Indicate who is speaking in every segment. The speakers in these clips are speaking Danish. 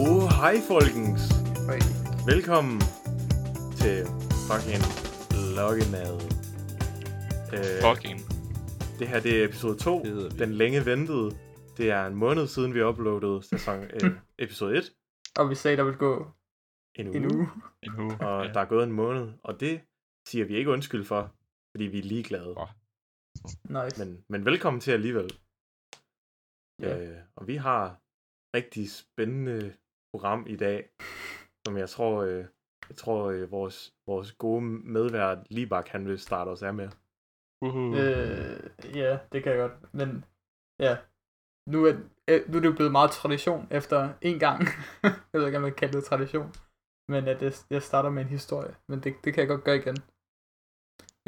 Speaker 1: Oh, Hej folkens. Velkommen til fucking Loggenad. Øh,
Speaker 2: Fucking.
Speaker 1: det her det er episode 2,
Speaker 3: Det hedder vi.
Speaker 1: den længe ventede. Det er en måned siden, vi uploadede sæson, øh, episode 1.
Speaker 4: Og vi sagde, der ville gå
Speaker 1: En uge.
Speaker 4: en uge.
Speaker 2: En uge.
Speaker 1: Og
Speaker 2: ja.
Speaker 1: der er gået en måned. Og det siger vi ikke undskyld for, fordi vi er ligeglade.
Speaker 3: Åh.
Speaker 4: Nice.
Speaker 1: Men, men velkommen til alligevel.
Speaker 4: Ja.
Speaker 1: Øh, og vi har rigtig spændende program i dag, som jeg tror, øh, jeg tror øh, vores, vores gode medvært Libak, han vil starte os af med.
Speaker 2: Uhu.
Speaker 4: Øh, ja, det kan jeg godt. Men ja, nu er, øh, nu er det jo blevet meget tradition efter en gang. jeg ved ikke, om man kalder det tradition. Men at jeg, jeg starter med en historie. Men det, det kan jeg godt gøre igen.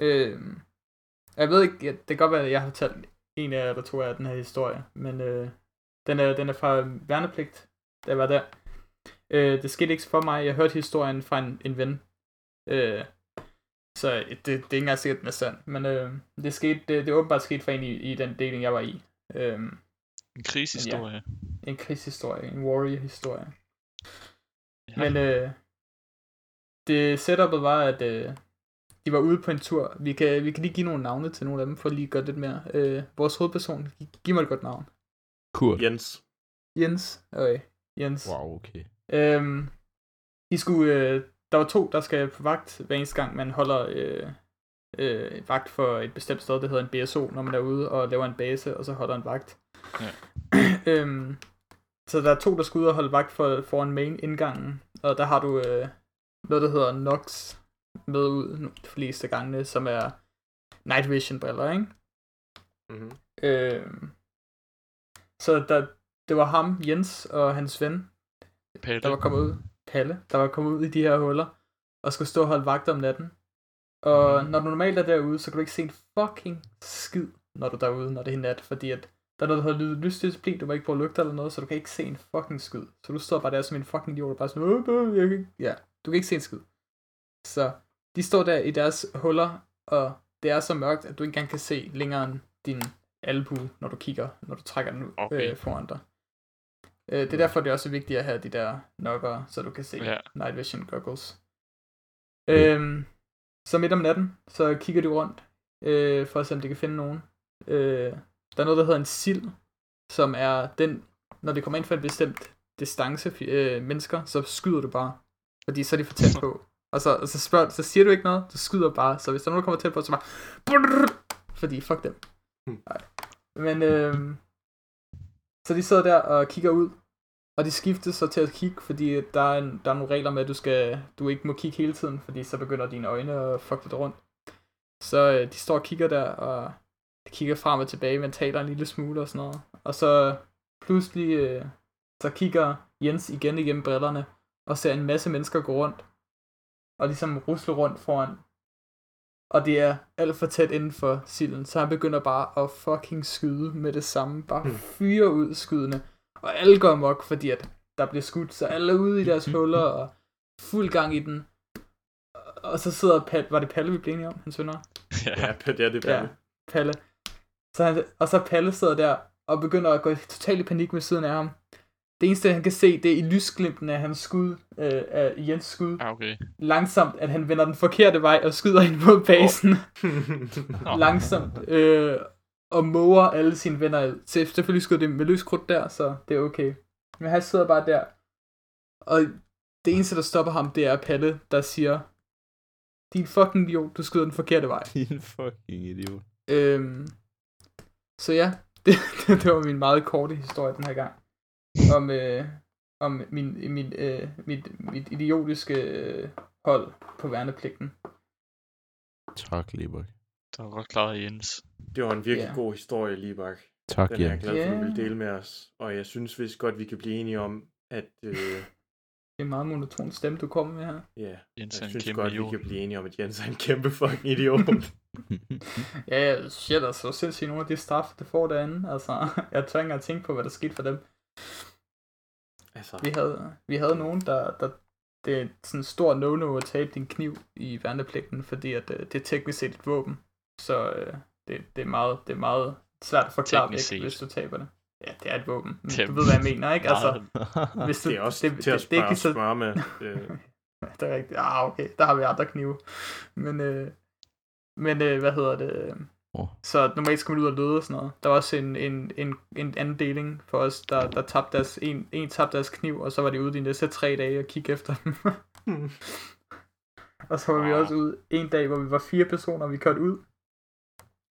Speaker 4: Øh, jeg ved ikke, ja, det kan godt være, at jeg har fortalt en af jer, der tror jeg, den her historie. Men øh, den, er, den er fra værnepligt, da jeg var der. Øh, det skete ikke for mig. Jeg hørte historien fra en, en ven. Øh, så øh, det, det er ikke engang sikkert, den er sand. Men øh, det, skete, det, det er åbenbart sket for en i, i den deling, jeg var i. Øh,
Speaker 2: En krigshistorie.
Speaker 4: en krigshistorie, en warrior-historie.
Speaker 2: Ja.
Speaker 4: Men øh, det setupet var, at øh, de var ude på en tur. Vi kan, vi kan lige give nogle navne til nogle af dem, for lige at gøre det lidt mere. Øh, vores hovedperson, gi- giv mig et godt navn.
Speaker 3: Kurt.
Speaker 1: Jens,
Speaker 4: Jens. Okay, Jens.
Speaker 3: Wow, okay.
Speaker 4: Øhm, de skulle, øh, der var to, der skal på vagt hver eneste gang, man holder øh, øh, vagt for et bestemt sted, det hedder en BSO, når man er ude og laver en base, og så holder en vagt.
Speaker 2: Ja.
Speaker 4: øhm, så der er to, der skal ud og holde vagt for, foran main indgangen, og der har du øh, noget, der hedder Nox med ud nu- de fleste gangene, som er night vision briller, ikke?
Speaker 1: mm-hmm.
Speaker 4: Øh, så der, det var ham, Jens og hans ven,
Speaker 2: Palle.
Speaker 4: der var kommet ud, Palle, der var kommet ud i de her huller, og skulle stå og holde vagt om natten. Og når du normalt er derude, så kan du ikke se en fucking skid, når du er derude, når det er nat, fordi at der er noget, der hedder lysdisciplin, du må ikke bruge lygter eller noget, så du kan ikke se en fucking skid. Så du står bare der som en fucking idiot, og bare sådan, "Øh, øh, jeg kan ikke-" ja, du kan ikke se en skid. Så de står der i deres huller, og det er så mørkt, at du ikke engang kan se længere end din albue, når du kigger, når du trækker den ud
Speaker 2: Okay.
Speaker 4: okay. øh, foran dig. Øh, det er derfor, det er også vigtigt at have de der knockere, så du kan se
Speaker 2: Ja.
Speaker 4: night vision goggles. Øhm, så midt om natten, så kigger de rundt, øh, for at se, om de kan finde nogen. Øh, der er noget, der hedder en sild, som er den, når det kommer ind for en bestemt distance fi- øh, mennesker, så skyder du bare, fordi så er de for tæt på. Og så, og så, spørger, så siger du ikke noget, du skyder bare, så hvis der er nogen, der kommer tæt på, så bare, brrr, fordi fuck dem.
Speaker 1: Hmm.
Speaker 4: Nej. Men øh, så de sidder der og kigger ud, og de skiftes så til at kigge, fordi der er, en, der er nogle regler med, at du, skal, du ikke må kigge hele tiden, fordi så begynder dine øjne at fuck lidt rundt. Så øh, de står og kigger der, og de kigger frem og tilbage, men taler en lille smule og sådan noget. Og så pludselig, øh, så kigger Jens igen igennem brillerne, og ser en masse mennesker gå rundt, og ligesom rusle rundt foran. Og det er alt for tæt inden for silden, så han begynder bare at fucking skyde med det samme. Bare
Speaker 1: Hmm.
Speaker 4: fyre ud skydende. Og alle går amok, fordi at der bliver skudt, så alle er ude i deres huller, og fuld gang i den. Og så sidder Palle, var det Palle, vi blev enige om, hans venner?
Speaker 1: ja, det er det.
Speaker 4: Ja,
Speaker 1: Ja.
Speaker 4: Palle. Så han, og så Palle sidder der og begynder at gå totalt i panik med siden af ham. Det eneste, han kan se, det er i lysglimten af hans skud, øh, af Jens skud,
Speaker 2: Ah, okay.
Speaker 4: langsomt, at han vender den forkerte vej og skyder ind mod basen,
Speaker 2: Nå.
Speaker 4: oh. langsomt, øh, og måger alle sine venner ud. Så Selvfølgelig skyder det med løs krudt der, så det er okay. Men han sidder bare der, og det eneste, der stopper ham, det er Palle, der siger, din fucking idiot, du skyder den forkerte vej.
Speaker 3: Din fucking idiot.
Speaker 4: Øhm, så ja, det, det, det var min meget korte historie den her gang. Om, øh, om min, min, øh, mit, mit idiotiske øh, hold på værnepligten.
Speaker 3: Tak, Libak.
Speaker 2: Der var godt klaret Jens.
Speaker 1: Det var en virkelig
Speaker 4: Ja.
Speaker 1: god historie, Libak.
Speaker 3: Tak,
Speaker 1: Den er jeg
Speaker 3: Jens.
Speaker 1: glad for, du
Speaker 4: Ja.
Speaker 1: vil dele med os. Og jeg synes vist godt, vi kan blive enige om, at øh,
Speaker 4: Det er en meget monoton stemme, du kommer med her.
Speaker 1: ja,
Speaker 2: Jens er
Speaker 1: jeg
Speaker 2: en
Speaker 1: synes
Speaker 2: kæmpe
Speaker 1: godt,
Speaker 2: idiot.
Speaker 1: vi kan blive enige om, at Jens er en kæmpe fucking idiot.
Speaker 4: Ja, ja, shit, altså, sindssygt nogle af de straf, det får derinde. Altså, jeg tør ikke engang tænke på, hvad der skete for dem.
Speaker 1: altså,
Speaker 4: Vi havde, vi havde nogen, der, der det er sådan en stor no-no at tabe din kniv i værnepligten, fordi at, øh, det er teknisk set et våben. Så øh, det, det, er meget, det er meget svært at forklare
Speaker 2: Teknisk
Speaker 4: væk,
Speaker 2: set.
Speaker 4: hvis du taber det. Ja, det er et våben. Men
Speaker 2: Det er
Speaker 4: du ved, hvad jeg mener, ikke? Altså,
Speaker 2: meget-
Speaker 4: hvis du,
Speaker 1: Ah, Det er også det, til at
Speaker 4: det er
Speaker 1: spørge,
Speaker 4: ikke så-
Speaker 1: spørge med. Øh,
Speaker 4: Ja, det er rigtigt. Ah, okay, der har vi andre knive. Men, øh, men øh, hvad hedder det?
Speaker 3: Åh.
Speaker 4: Så normalt skal man ud og løde og sådan noget. Der var også en, en, en, en anden deling for os, der, der tabte deres, en, en tabte deres kniv, og så var de ude de næste tre dage og kigge efter dem.
Speaker 1: Hmm.
Speaker 4: og så var vi
Speaker 1: Wow.
Speaker 4: også ude en dag, hvor vi var fire personer, og vi kørte ud.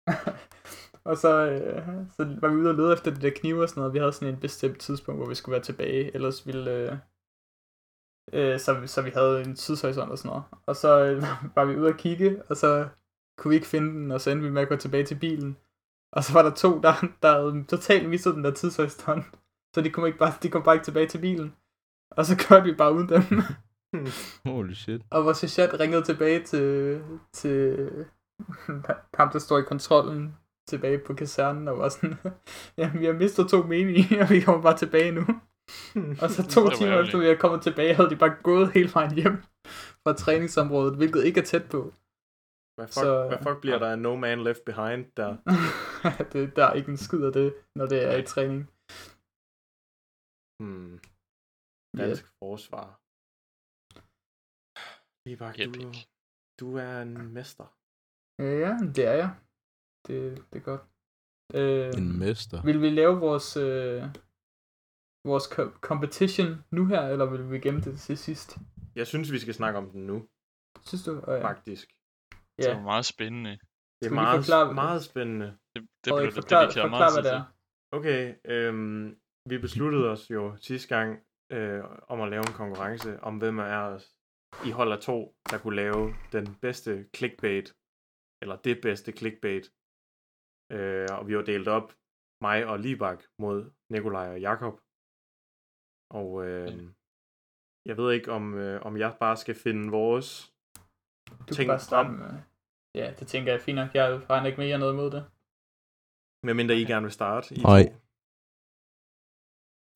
Speaker 4: og så, øh, så var vi ude og lede efter det der knive og sådan noget. Vi havde sådan en bestemt tidspunkt, hvor vi skulle være tilbage, ellers ville... Øh, øh, så, så vi havde en tidshorisont og sådan noget. Og så øh, var vi ude og kigge, og så kunne vi ikke finde den, og så endte vi med at gå tilbage til bilen. Og så var der to, der, der havde totalt misset den der tidshorisont. Så de kom, ikke bare, de kom bare ikke tilbage til bilen. Og så kørte vi bare uden dem.
Speaker 3: Holy shit.
Speaker 4: Og vores sergeant ringede tilbage til, til ham, der står i kontrollen tilbage på kasernen og var sådan, jamen vi har mistet to menige, og vi kommer bare tilbage nu. Og så
Speaker 2: Det
Speaker 4: to
Speaker 2: var
Speaker 4: timer
Speaker 2: ærgerligt.
Speaker 4: efter vi er kommet tilbage, havde de bare gået hele vejen hjem fra træningsområdet, hvilket ikke er tæt på.
Speaker 1: Hvad fuck,
Speaker 4: Så-
Speaker 1: hvad fuck bliver der af No Man Left Behind der?
Speaker 4: det, der er ikke en skid af det, når det er i træning.
Speaker 1: Hmm,
Speaker 4: Ja,
Speaker 1: dansk yeah. forsvar. Libak,
Speaker 2: Jeppe
Speaker 1: du,
Speaker 2: ikke.
Speaker 1: du er en mester.
Speaker 4: ja det er jeg. Det, det er godt. Øh,
Speaker 3: En mester.
Speaker 4: Vil vi lave vores, øh, vores co- competition nu her, eller vil vi gemme det til sidst?
Speaker 1: Jeg synes, vi skal snakke om den nu,
Speaker 4: Synes du? Øh,
Speaker 1: faktisk.
Speaker 2: Det
Speaker 4: ja.
Speaker 2: var meget spændende.
Speaker 1: Det er
Speaker 4: Skal vi lige
Speaker 1: meget,
Speaker 4: forklare-
Speaker 1: meget spændende.
Speaker 2: Det, det blev
Speaker 4: Frederik,
Speaker 2: det,
Speaker 4: forklar,
Speaker 2: det, det
Speaker 4: forklar, hvad det er.
Speaker 1: Okay, øhm, vi besluttede os jo sidste gang øh, om at lave en konkurrence om, hvem af os i holder to, der kunne lave den bedste clickbait, eller det bedste clickbait. Øh, og vi var delt op, mig og Libak mod Nikolaj og Jakob. Og øh, jeg ved ikke, om, øh, om jeg bare skal finde vores.
Speaker 4: Du kan
Speaker 1: Tænk
Speaker 4: bare starte
Speaker 1: frem.
Speaker 4: med... Ja, det tænker jeg er fint nok. Jeg har ikke mere noget imod det.
Speaker 1: Medmindre I gerne vil starte. I to.
Speaker 3: Nej.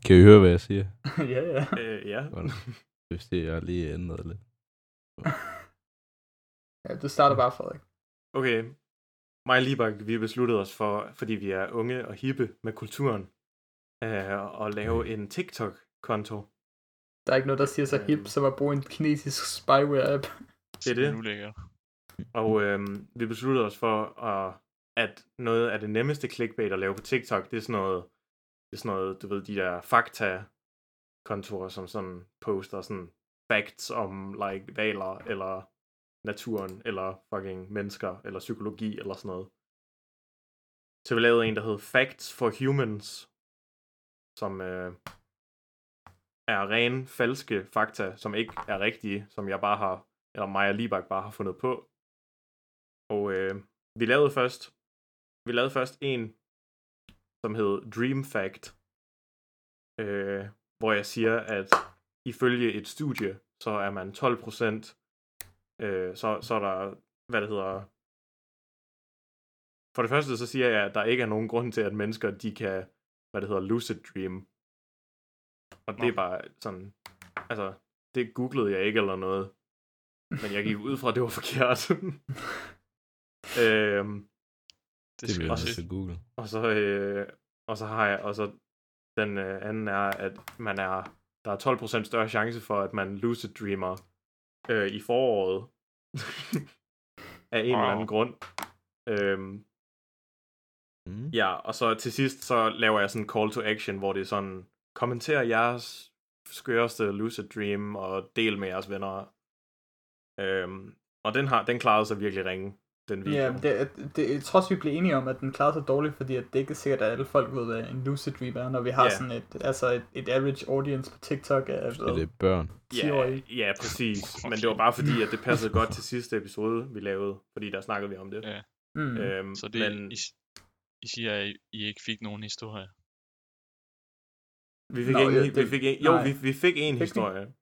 Speaker 3: Kan I høre, hvad jeg siger?
Speaker 4: ja, ja.
Speaker 1: Øh, ja.
Speaker 3: Godt. Hvis det jeg lige ændret lidt.
Speaker 4: ja. Du starter bare, Frederik.
Speaker 1: Okay. Mig og Libak, vi besluttede os for, fordi vi er unge og hippe med kulturen, øh, at lave en TikTok-konto.
Speaker 4: Der er ikke noget, der siger så hip, som at bruge en kinesisk spyware-app.
Speaker 1: Det er det.
Speaker 2: Nu ligger.
Speaker 1: Og øh, vi besluttede os for, at, at noget af det nemmeste clickbait at lave på TikTok, det er sådan noget, det er sådan noget du ved, de der fakta-kontorer, som sådan poster sådan facts om like valer, eller naturen, eller fucking mennesker, eller psykologi, eller sådan noget. Så vi lavede en, der hed Facts for Humans, som øh, er ren falske fakta, som ikke er rigtige, som jeg bare har, eller mig og Libak bare har fundet på. Og øh, vi lavede først, vi lavede først en, som hed Dream Fact, øh, hvor jeg siger, at ifølge et studie, så er man 12 procent, øh, så, så er der, hvad det hedder, for det første så siger jeg, at der ikke er nogen grund til, at mennesker, de kan, hvad det hedder, lucid dream. Og det er
Speaker 2: Nå.
Speaker 1: bare sådan, altså, det googlede jeg ikke eller noget, men jeg gik ud fra, at det var forkert. øhm,
Speaker 2: Det
Speaker 3: Det
Speaker 2: skal
Speaker 3: bliver
Speaker 2: jeg
Speaker 1: også-
Speaker 3: nødt
Speaker 2: se.
Speaker 3: til Google.
Speaker 1: og så, øh, og så har jeg, og så den øh, anden er, at man er, der er 12% større chance for, at man lucid dreamer øh, i foråret. af en wow. eller
Speaker 2: Wow.
Speaker 1: anden grund. Øhm,
Speaker 3: Mm.
Speaker 1: ja, og så til sidst, så laver jeg sådan en call to action, hvor det er sådan, kommenter jeres skøreste lucid dream, og del med jeres venner. Øhm, og den, har, den klarede sig virkelig ringe, den video.
Speaker 4: Ja, det, er- det, jeg tror også, vi blev enige om, at den klarer sig dårligt, fordi at det ikke er sikkert, at alle folk ved, hvad en lucid dream er, når vi har
Speaker 1: Ja.
Speaker 4: yeah. sådan et, altså et, et average audience på TikTok af
Speaker 3: Så det
Speaker 4: hvad,
Speaker 3: er børn.
Speaker 4: 10 år
Speaker 1: Ja, ja, præcis. Men det var bare fordi, at det passede godt til sidste episode, vi lavede, fordi der snakkede vi om det.
Speaker 2: Ja. mm-hmm.
Speaker 4: mm.
Speaker 1: Øhm,
Speaker 2: Så det,
Speaker 1: men
Speaker 2: men... I, I siger, at I- I ikke fik nogen historie.
Speaker 1: vi fik,
Speaker 4: Nå,
Speaker 1: Nå,
Speaker 4: ja,
Speaker 1: ingen,
Speaker 4: det-
Speaker 1: vi fik en, jo,
Speaker 4: nej.
Speaker 1: vi, vi fik en
Speaker 4: vi?
Speaker 1: historie.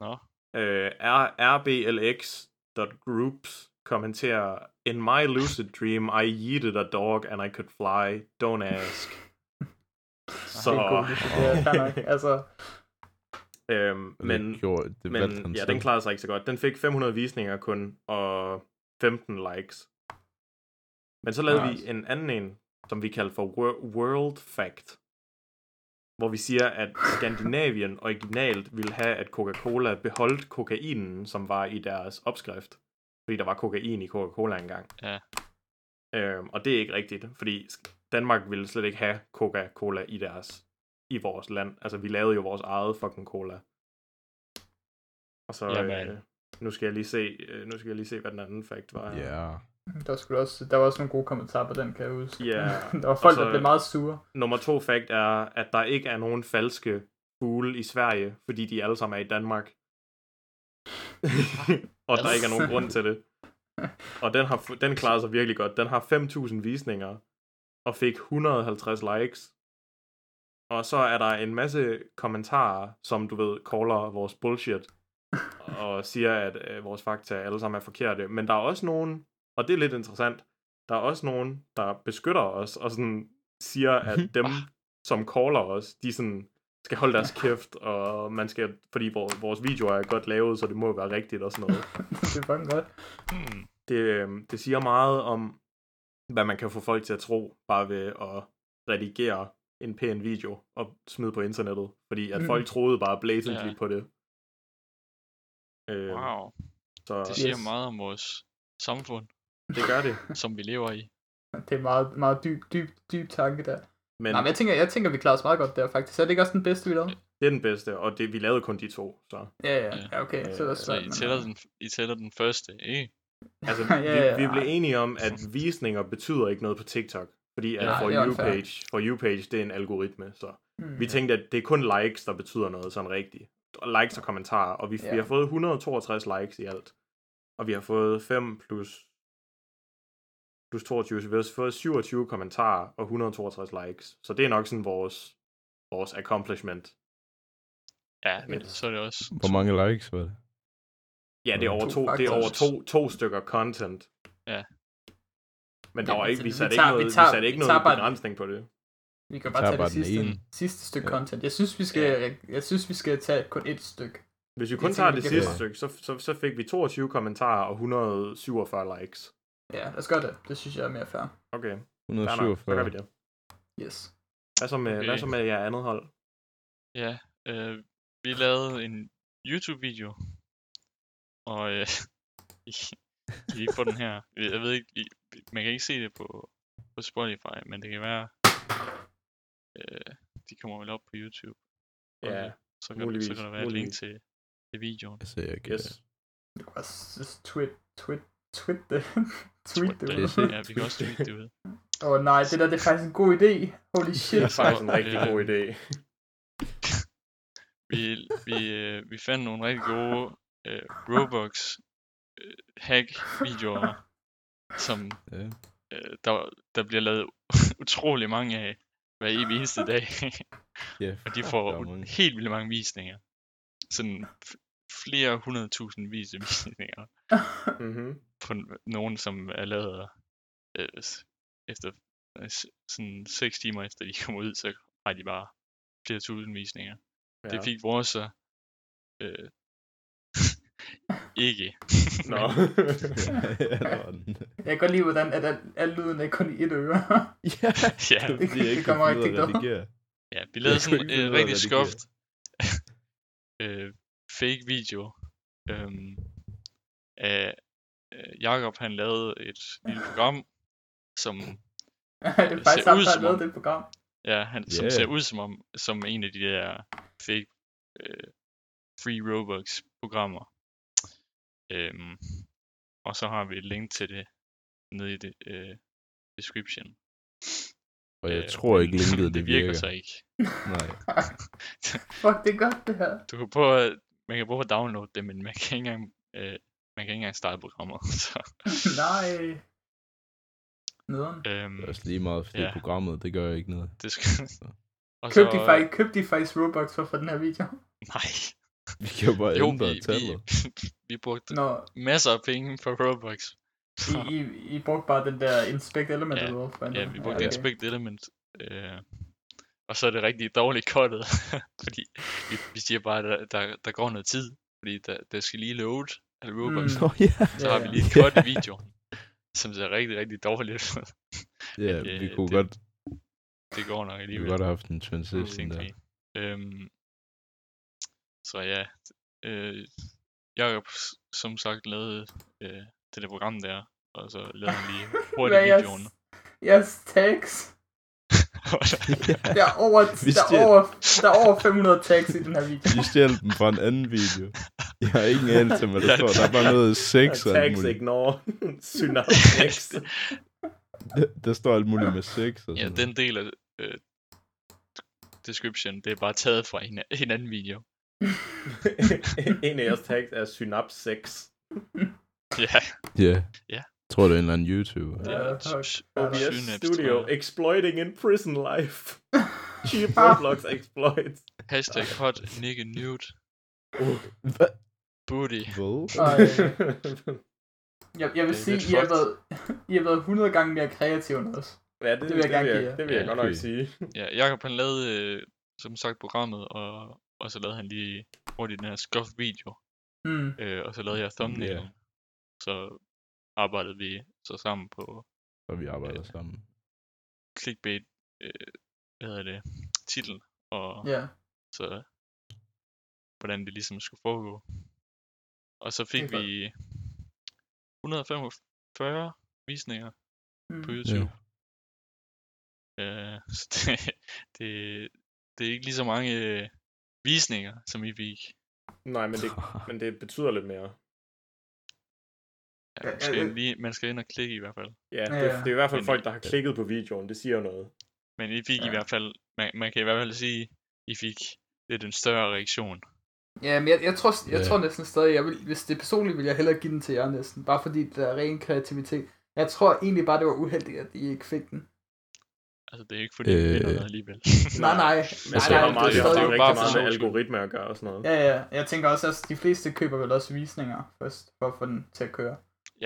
Speaker 2: Nå.
Speaker 1: Øh, R- rblx.groups kommenterer, In my lucid dream, I yeeted a dog and I could fly. Don't ask.
Speaker 4: Det
Speaker 1: Så,
Speaker 4: er god lucid, det er fair nok. Altså,
Speaker 1: øhm,
Speaker 3: Men,
Speaker 1: men
Speaker 3: det gjorde, det valgte han
Speaker 1: Men ja,
Speaker 3: selv.
Speaker 1: den klarede sig ikke så godt. Den fik 500 visninger kun, og 15 likes. Men så lavede vi
Speaker 4: Nice.
Speaker 1: en anden en, som vi kaldte for Wor- World Fact, hvor vi siger, at Skandinavien originalt ville have, at Coca-Cola beholdt kokainen, som var i deres opskrift. Fordi der var kokain i Coca-Cola engang.
Speaker 2: Ja.
Speaker 1: Øhm, og det er ikke rigtigt, fordi sk- Danmark ville slet ikke have Coca-Cola i deres i vores land. Altså, vi lavede jo vores eget fucking cola. Og så,
Speaker 2: Jamen.
Speaker 1: øh, nu skal jeg lige se, øh, nu skal jeg lige se, hvad den anden fact var. her.
Speaker 3: Ja.
Speaker 4: Der, skulle også, der var også nogle gode kommentarer på den, kan jeg huske.
Speaker 1: Ja,
Speaker 4: der var folk,
Speaker 1: og så-
Speaker 4: der blev meget sure.
Speaker 1: Nummer to fact er, at der ikke er nogen falske fugle i Sverige, fordi de alle sammen er i Danmark. og der ikke er nogen grund til det. Og den, har, fu- den klarer sig virkelig godt. Den har 5.000 visninger, og fik 150 likes. Og så er der en masse kommentarer, som du ved, caller vores bullshit, og siger, at øh, vores fakta alle sammen er forkerte. Men der er også nogen, og det er lidt interessant, der er også nogen, der beskytter os, og sådan siger, at dem, som caller os, de sådan skal holde deres kæft, og man skal, fordi vores, vores videoer er godt lavet, så det må jo være rigtigt og sådan noget
Speaker 4: det er fucking godt.
Speaker 2: Hmm.
Speaker 1: det, øh, det siger meget om, hvad man kan få folk til at tro, bare ved at redigere en pæn video og smide på internettet. Fordi at
Speaker 4: Mm.
Speaker 1: folk troede bare blatantly
Speaker 2: Ja.
Speaker 1: på det. Øh,
Speaker 2: Wow.
Speaker 1: Så
Speaker 2: Det
Speaker 1: det,
Speaker 2: siger
Speaker 4: Yes.
Speaker 2: meget om vores samfund,
Speaker 1: det gør det.
Speaker 2: som vi lever i.
Speaker 4: Det er meget, meget dyb, dyb, dyb tanke der.
Speaker 1: Men
Speaker 4: Nej, men jeg tænker, jeg tænker, vi klarer os meget godt der, faktisk. Er det ikke også den bedste, vi lavede?
Speaker 1: det er den bedste, og det, vi lavede kun de to. Så.
Speaker 4: Ja, ja, ja okay. Så er det også
Speaker 2: Så
Speaker 4: svært.
Speaker 2: I
Speaker 4: men- øh,
Speaker 2: tæller den, I tæller den første, ikke?
Speaker 1: Altså,
Speaker 4: Ja, ja,
Speaker 1: vi, vi
Speaker 4: ja.
Speaker 1: blev enige om, at visninger betyder ikke noget på TikTok. Fordi at
Speaker 2: Ja,
Speaker 1: for
Speaker 4: det er
Speaker 1: you
Speaker 4: unfair.
Speaker 1: page, for you page, det er en algoritme. Så
Speaker 4: Mm.
Speaker 1: vi tænkte, at det er kun likes, der betyder noget sådan rigtigt. Og Likes og kommentarer, og vi, ja.
Speaker 4: Ja.
Speaker 1: vi har fået 162 likes i alt. Og vi har fået 5 plus, plus 22, så vi har fået 27 kommentarer og 162 likes. Så det er nok sådan vores, vores accomplishment.
Speaker 2: Ja, men
Speaker 1: Ja.
Speaker 2: så er det også...
Speaker 3: Hvor mange likes var det?
Speaker 1: Ja, det er over to,
Speaker 4: To
Speaker 1: det er over
Speaker 4: factors.
Speaker 1: to, to stykker content.
Speaker 2: Ja.
Speaker 1: Men der
Speaker 4: Ja,
Speaker 1: var
Speaker 4: men
Speaker 1: ikke, vi
Speaker 4: så- vi
Speaker 1: satte
Speaker 4: tager-
Speaker 1: ikke noget,
Speaker 4: vi
Speaker 1: vi
Speaker 4: tager-
Speaker 1: satte ikke
Speaker 4: vi
Speaker 1: noget
Speaker 4: tager bare-
Speaker 1: begrænsning på det.
Speaker 4: Vi kan
Speaker 3: tager
Speaker 4: bare tage
Speaker 3: bare
Speaker 4: det
Speaker 3: den
Speaker 4: sidste,
Speaker 3: ene.
Speaker 4: sidste stykke
Speaker 3: Ja.
Speaker 4: ja. content. Jeg synes, vi skal, jeg synes, vi skal tage kun et stykke.
Speaker 1: Hvis vi
Speaker 4: Jeg
Speaker 1: kun
Speaker 4: tænker,
Speaker 1: tager
Speaker 4: vi
Speaker 1: det
Speaker 4: kan
Speaker 1: sidste
Speaker 3: bare-
Speaker 1: stykke, så, så, så fik vi 22 kommentarer og 147 likes.
Speaker 4: Ja, lad os gøre det. Det synes jeg er mere fair.
Speaker 1: Okay, fair nok. så gør vi
Speaker 3: 147.
Speaker 1: det.
Speaker 4: Yes.
Speaker 1: Hvad så med, okay. hvad
Speaker 2: Okay.
Speaker 1: så med jer andet hold?
Speaker 2: Ja, øh, vi lavede en YouTube-video, og øh, I I kan ikke få den her. Jeg ved ikke, I- vi- man kan ikke se det på, på Spotify, men det kan være, øh, de kommer vel op på YouTube. og
Speaker 1: Ja,
Speaker 2: så, kan, så
Speaker 1: muligvis,
Speaker 2: kan der være et link
Speaker 1: muligvis.
Speaker 2: til, til videoen.
Speaker 3: Altså, jeg kan...
Speaker 1: yes.
Speaker 4: Du kan også just tweet, tweet, tweet det. tweet det.
Speaker 2: Tweet
Speaker 3: det.
Speaker 4: ud.
Speaker 2: Ja, vi kan også tweete det ud.
Speaker 4: Åh oh, nej, det der det er faktisk en god idé. Holy
Speaker 1: Det
Speaker 4: shit.
Speaker 1: er faktisk en
Speaker 2: Så,
Speaker 1: rigtig
Speaker 2: øh,
Speaker 1: god idé.
Speaker 2: Vi, vi, øh, vi fandt nogle rigtig gode øh, Roblox øh, hack-videoer, som
Speaker 3: Ja.
Speaker 2: øh, der, der bliver lavet utrolig mange af hver evig eneste dag,
Speaker 3: ja.
Speaker 2: og de
Speaker 3: der
Speaker 2: får
Speaker 3: er
Speaker 2: u-
Speaker 3: mange.
Speaker 2: helt vildt mange visninger. Sådan f- flere hundredtusind vis af visninger
Speaker 1: Mm-hmm.
Speaker 2: på n- nogen, som er lavet øh, s- efter øh, s- sådan 6 timer efter de kommer ud, så har de bare flere tusind visninger. Ja. Det fik vores så øh, ikke.
Speaker 1: Nå.
Speaker 3: ja, der var den.
Speaker 4: Jeg kan godt lide, hvordan at al, al lyden er kun i et øre.
Speaker 3: ja.
Speaker 2: ja,
Speaker 3: Det er fordi, jeg
Speaker 4: Det
Speaker 3: ikke kan
Speaker 4: kommer
Speaker 3: finde ud af
Speaker 4: rigtig
Speaker 3: at
Speaker 4: dumt.
Speaker 3: redigere.
Speaker 2: Ja, vi
Speaker 3: Jeg
Speaker 2: lavede
Speaker 3: kunne
Speaker 2: sådan
Speaker 3: ikke finde
Speaker 2: en
Speaker 3: ud af,
Speaker 2: rigtig
Speaker 3: hvad det
Speaker 2: skuft øh, fake video. Øhm, af, øh, Jakob han lavede et lille program, som,
Speaker 4: det er faktisk
Speaker 2: ser
Speaker 4: ham,
Speaker 2: ud
Speaker 4: der har
Speaker 2: som
Speaker 4: lavet
Speaker 2: om-
Speaker 4: det program.
Speaker 2: ja, han, som
Speaker 3: Ja.
Speaker 2: ser ud som om som en af de der fake øh, free Robux programmer. Øhm, og så har vi et link til det nede i det, øh, description.
Speaker 3: Og jeg
Speaker 2: Øh,
Speaker 3: tror
Speaker 2: men
Speaker 3: ikke, linket det virker.
Speaker 2: så ikke.
Speaker 3: Nej.
Speaker 4: Fuck, det er godt det her.
Speaker 2: Du kan prøve at, man kan prøve at downloade det, men man kan ikke engang, øh, man kan ikke engang starte programmer. Så,
Speaker 4: nej. Nederen.
Speaker 2: øhm,
Speaker 3: Det er også lige meget, fordi
Speaker 2: Ja.
Speaker 3: ja. programmet, det gør ikke noget.
Speaker 2: det skal... Og
Speaker 4: Køb de faktisk, køb de faktisk Robux for, for den her video.
Speaker 2: Nej.
Speaker 3: Vi kan jo bare
Speaker 2: Jo,
Speaker 3: ændre
Speaker 2: vi, vi,
Speaker 3: tallet.
Speaker 2: vi brugte
Speaker 4: Nå,
Speaker 2: masser af penge på Roblox.
Speaker 4: I, I, I brugte bare den der Inspect Element,
Speaker 2: Ja,
Speaker 4: eller hvad fanden
Speaker 2: Ja,
Speaker 4: det
Speaker 2: vi
Speaker 4: var.
Speaker 2: brugte
Speaker 4: okay.
Speaker 2: Inspect Element. Øh, og så er det rigtig dårligt kottet, fordi vi, vi siger bare, at der, der, der går noget tid, fordi der, der skal lige load af Roblox.
Speaker 4: Mm.
Speaker 3: Nå ja.
Speaker 2: Så
Speaker 4: Ja,
Speaker 2: har vi
Speaker 4: ja.
Speaker 2: lige et cut i videoen, som ser rigtig, rigtig dårligt ud.
Speaker 3: Ja,
Speaker 2: Men,
Speaker 3: vi
Speaker 2: øh,
Speaker 3: kunne
Speaker 2: det-
Speaker 3: godt,
Speaker 2: Det går nok
Speaker 3: vi kunne
Speaker 2: alligevel.
Speaker 3: godt have haft en transition
Speaker 2: tænkte
Speaker 3: der.
Speaker 2: vi. Øhm, så ja, øh, Jacob som sagt lavede øh, det der program der, og så lavede han lige hurtigt
Speaker 4: Hvad er
Speaker 2: videoen.
Speaker 4: Jeres tags. Der er over,
Speaker 3: Vi
Speaker 4: der er
Speaker 3: stjæl-
Speaker 4: over, der er over 500 tags i den her video.
Speaker 3: De stjal den fra en anden video. Jeg har ingen anelse om, hvad der
Speaker 2: Ja,
Speaker 3: står. Der er bare noget sex og alt
Speaker 1: Tags
Speaker 3: muligt.
Speaker 1: ignore. Synapsex.
Speaker 3: Der står alt muligt med sex og
Speaker 2: ja,
Speaker 3: sådan noget.
Speaker 2: den del af øh, description, det er bare taget fra en, en anden video.
Speaker 1: en af jeres tags er synapsex.
Speaker 2: Ja,
Speaker 3: Ja.
Speaker 2: Ja.
Speaker 3: Tror du er en eller anden YouTuber?
Speaker 2: det
Speaker 4: Ja,
Speaker 2: er
Speaker 4: tak.
Speaker 2: s-
Speaker 1: OBS
Speaker 2: synaps, tror
Speaker 1: Studio
Speaker 2: jeg.
Speaker 1: exploiting in prison life. Cheap Roblox exploits.
Speaker 2: Hashtag hot nigga nude
Speaker 1: Uh,
Speaker 3: Hvad?
Speaker 2: booty.
Speaker 4: Ej. Jeg, jeg vil
Speaker 2: Det er
Speaker 4: sige,
Speaker 2: lidt
Speaker 4: I har,
Speaker 2: fucked.
Speaker 4: været, I har været 100 gange mere kreative end os.
Speaker 1: ja, det, det vil jeg,
Speaker 4: gerne
Speaker 1: det vil
Speaker 4: give jer.
Speaker 1: jeg, det vil jeg
Speaker 3: Ja,
Speaker 1: godt nok
Speaker 3: okay.
Speaker 1: sige.
Speaker 2: Ja, Jacob han lavede øh, som sagt programmet, og, og så lavede han lige hurtigt den her scuff video,
Speaker 4: Mm.
Speaker 2: øh, og så lavede jeg thumbnail. Yeah. Så arbejdede vi så sammen på
Speaker 3: Og vi arbejder sammen.
Speaker 2: clickbait, øh, hvad hedder det, titel, og
Speaker 4: Ja.
Speaker 2: så hvordan det ligesom skulle foregå. Og så
Speaker 4: Det
Speaker 2: fik
Speaker 4: er godt.
Speaker 2: vi 145 visninger på
Speaker 4: Mm.
Speaker 2: YouTube. Øh, så det, det, det er ikke lige så mange øh, visninger, som I fik.
Speaker 1: Nej, men det, men det betyder lidt mere.
Speaker 2: Ja,
Speaker 4: Ja,
Speaker 2: man, skal
Speaker 4: ja,
Speaker 2: ind
Speaker 4: ja.
Speaker 2: lige, man skal ind og klikke i hvert fald.
Speaker 1: Ja, det,
Speaker 4: Ja.
Speaker 1: det er i hvert fald
Speaker 2: Men-
Speaker 1: folk, der har klikket på videoen. Det siger jo noget.
Speaker 2: Men I fik ja. i
Speaker 4: Ja.
Speaker 2: hvert fald, man, man kan i hvert fald sige, I fik lidt en større reaktion.
Speaker 4: Ja, men jeg, jeg, tror, jeg
Speaker 3: Ja.
Speaker 4: tror næsten stadig, jeg vil, hvis det er personligt, vil jeg hellere give den til jer næsten. Bare fordi det er ren kreativitet. Jeg tror egentlig bare, det var uheldigt, at I ikke fik den.
Speaker 2: Altså det er ikke fordi, øh, vi
Speaker 3: Øh,
Speaker 2: vinder noget alligevel.
Speaker 4: Nej, nej. nej,
Speaker 1: Men
Speaker 3: Altså,
Speaker 1: det
Speaker 4: nej,
Speaker 1: har meget,
Speaker 2: det
Speaker 1: det
Speaker 2: er
Speaker 1: har
Speaker 2: stadig
Speaker 1: rigtig
Speaker 2: bare
Speaker 1: meget
Speaker 2: for
Speaker 1: med
Speaker 2: sjov skyld.
Speaker 1: algoritmer at gøre og sådan noget.
Speaker 4: Ja, ja. Jeg tænker også, at altså, de fleste køber vel også visninger først, for at få den til at køre.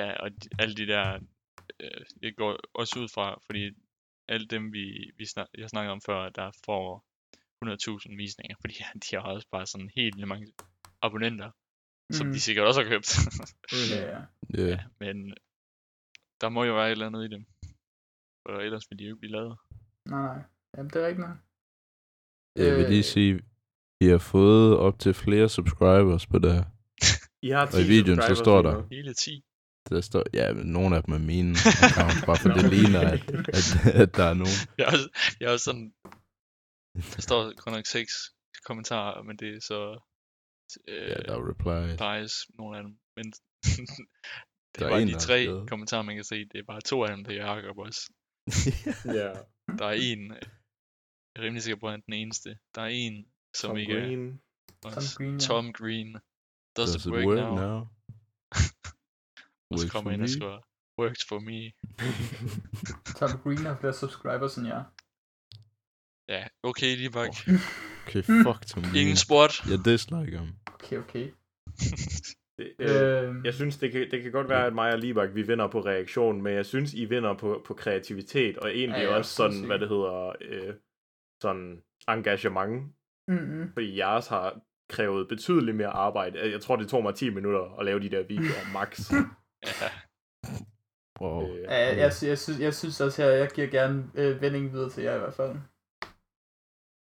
Speaker 2: ja, og de, alle de der, øh, det går også ud fra, fordi alle dem, vi, vi snak, jeg snakkede om før, der får 100.000 visninger, fordi de har også bare sådan helt vildt mange abonnenter, mm. som
Speaker 4: Mhm.
Speaker 2: de sikkert også har købt.
Speaker 1: Mhm.
Speaker 4: Ja, ja.
Speaker 3: Ja.
Speaker 2: Men der må jo være et eller andet i dem, for ellers ville de jo ikke blive lavet.
Speaker 4: Nej, nej. Jamen, det er rigtigt nok.
Speaker 3: Jeg vil lige
Speaker 4: Øh.
Speaker 3: sige, vi har fået op til flere subscribers på det her.
Speaker 1: I har 10
Speaker 3: Og i videoen, så
Speaker 1: subscribers
Speaker 3: står
Speaker 1: lige
Speaker 3: der,
Speaker 1: nu.
Speaker 2: Hele 10.
Speaker 3: Der står, ja, men nogle af dem er mine. account, bare for
Speaker 1: Nå.
Speaker 3: det ligner, at, at, at der er nogen.
Speaker 2: Jeg er også, jeg er også sådan, der står kun nok 6 kommentarer, men det er så øh,
Speaker 3: Ja, der er replies.
Speaker 2: replies, nogle af dem. Men det
Speaker 3: Der
Speaker 2: er
Speaker 3: er
Speaker 2: bare
Speaker 3: en,
Speaker 2: de
Speaker 3: der er
Speaker 2: tre
Speaker 3: skrevet.
Speaker 2: kommentarer, man kan se. Det er bare to af dem, det er Jacob også.
Speaker 1: Ja,
Speaker 2: Der er en, jeg er rimelig sikker på, at han er den eneste. Der er en, som
Speaker 1: Tom
Speaker 2: ikke er
Speaker 1: Green.
Speaker 4: Tom
Speaker 2: også.
Speaker 4: Green. ja.
Speaker 2: Tom Green. Does,
Speaker 3: Does
Speaker 2: it work, now?
Speaker 3: now?
Speaker 2: Og så
Speaker 3: Works
Speaker 2: kommer
Speaker 3: for
Speaker 2: han og
Speaker 3: me?
Speaker 2: skriver, works for me.
Speaker 4: Tom Green har flere subscribers end jer.
Speaker 2: Ja, okay, lige bak.
Speaker 3: Okay,
Speaker 4: Mm.
Speaker 3: fuck Tom
Speaker 2: Ingen
Speaker 3: Green.
Speaker 2: sport.
Speaker 3: Jeg dislike ham.
Speaker 4: Okay, okay.
Speaker 1: Det, øh,
Speaker 4: Øh,
Speaker 1: jeg synes, det kan, det kan godt være, at mig og Libak, vi vinder på reaktion, men jeg synes, I vinder på, på kreativitet, og egentlig
Speaker 4: Ja,
Speaker 1: ja,
Speaker 4: ja,
Speaker 1: også sådan,
Speaker 4: sindssygt.
Speaker 1: hvad det hedder, øh, sådan engagement,
Speaker 4: mm, mm.
Speaker 1: fordi jeres har krævet betydeligt mere arbejde. Altså, Jeg tror, det tog mig 10 minutter at lave de der videoer, max.
Speaker 2: Ja,
Speaker 3: Wow.
Speaker 1: Øh,
Speaker 4: Ja, jeg, jeg, sy- jeg, synes, jeg synes også her, jeg giver gerne øh, vendingen videre til jer i hvert fald.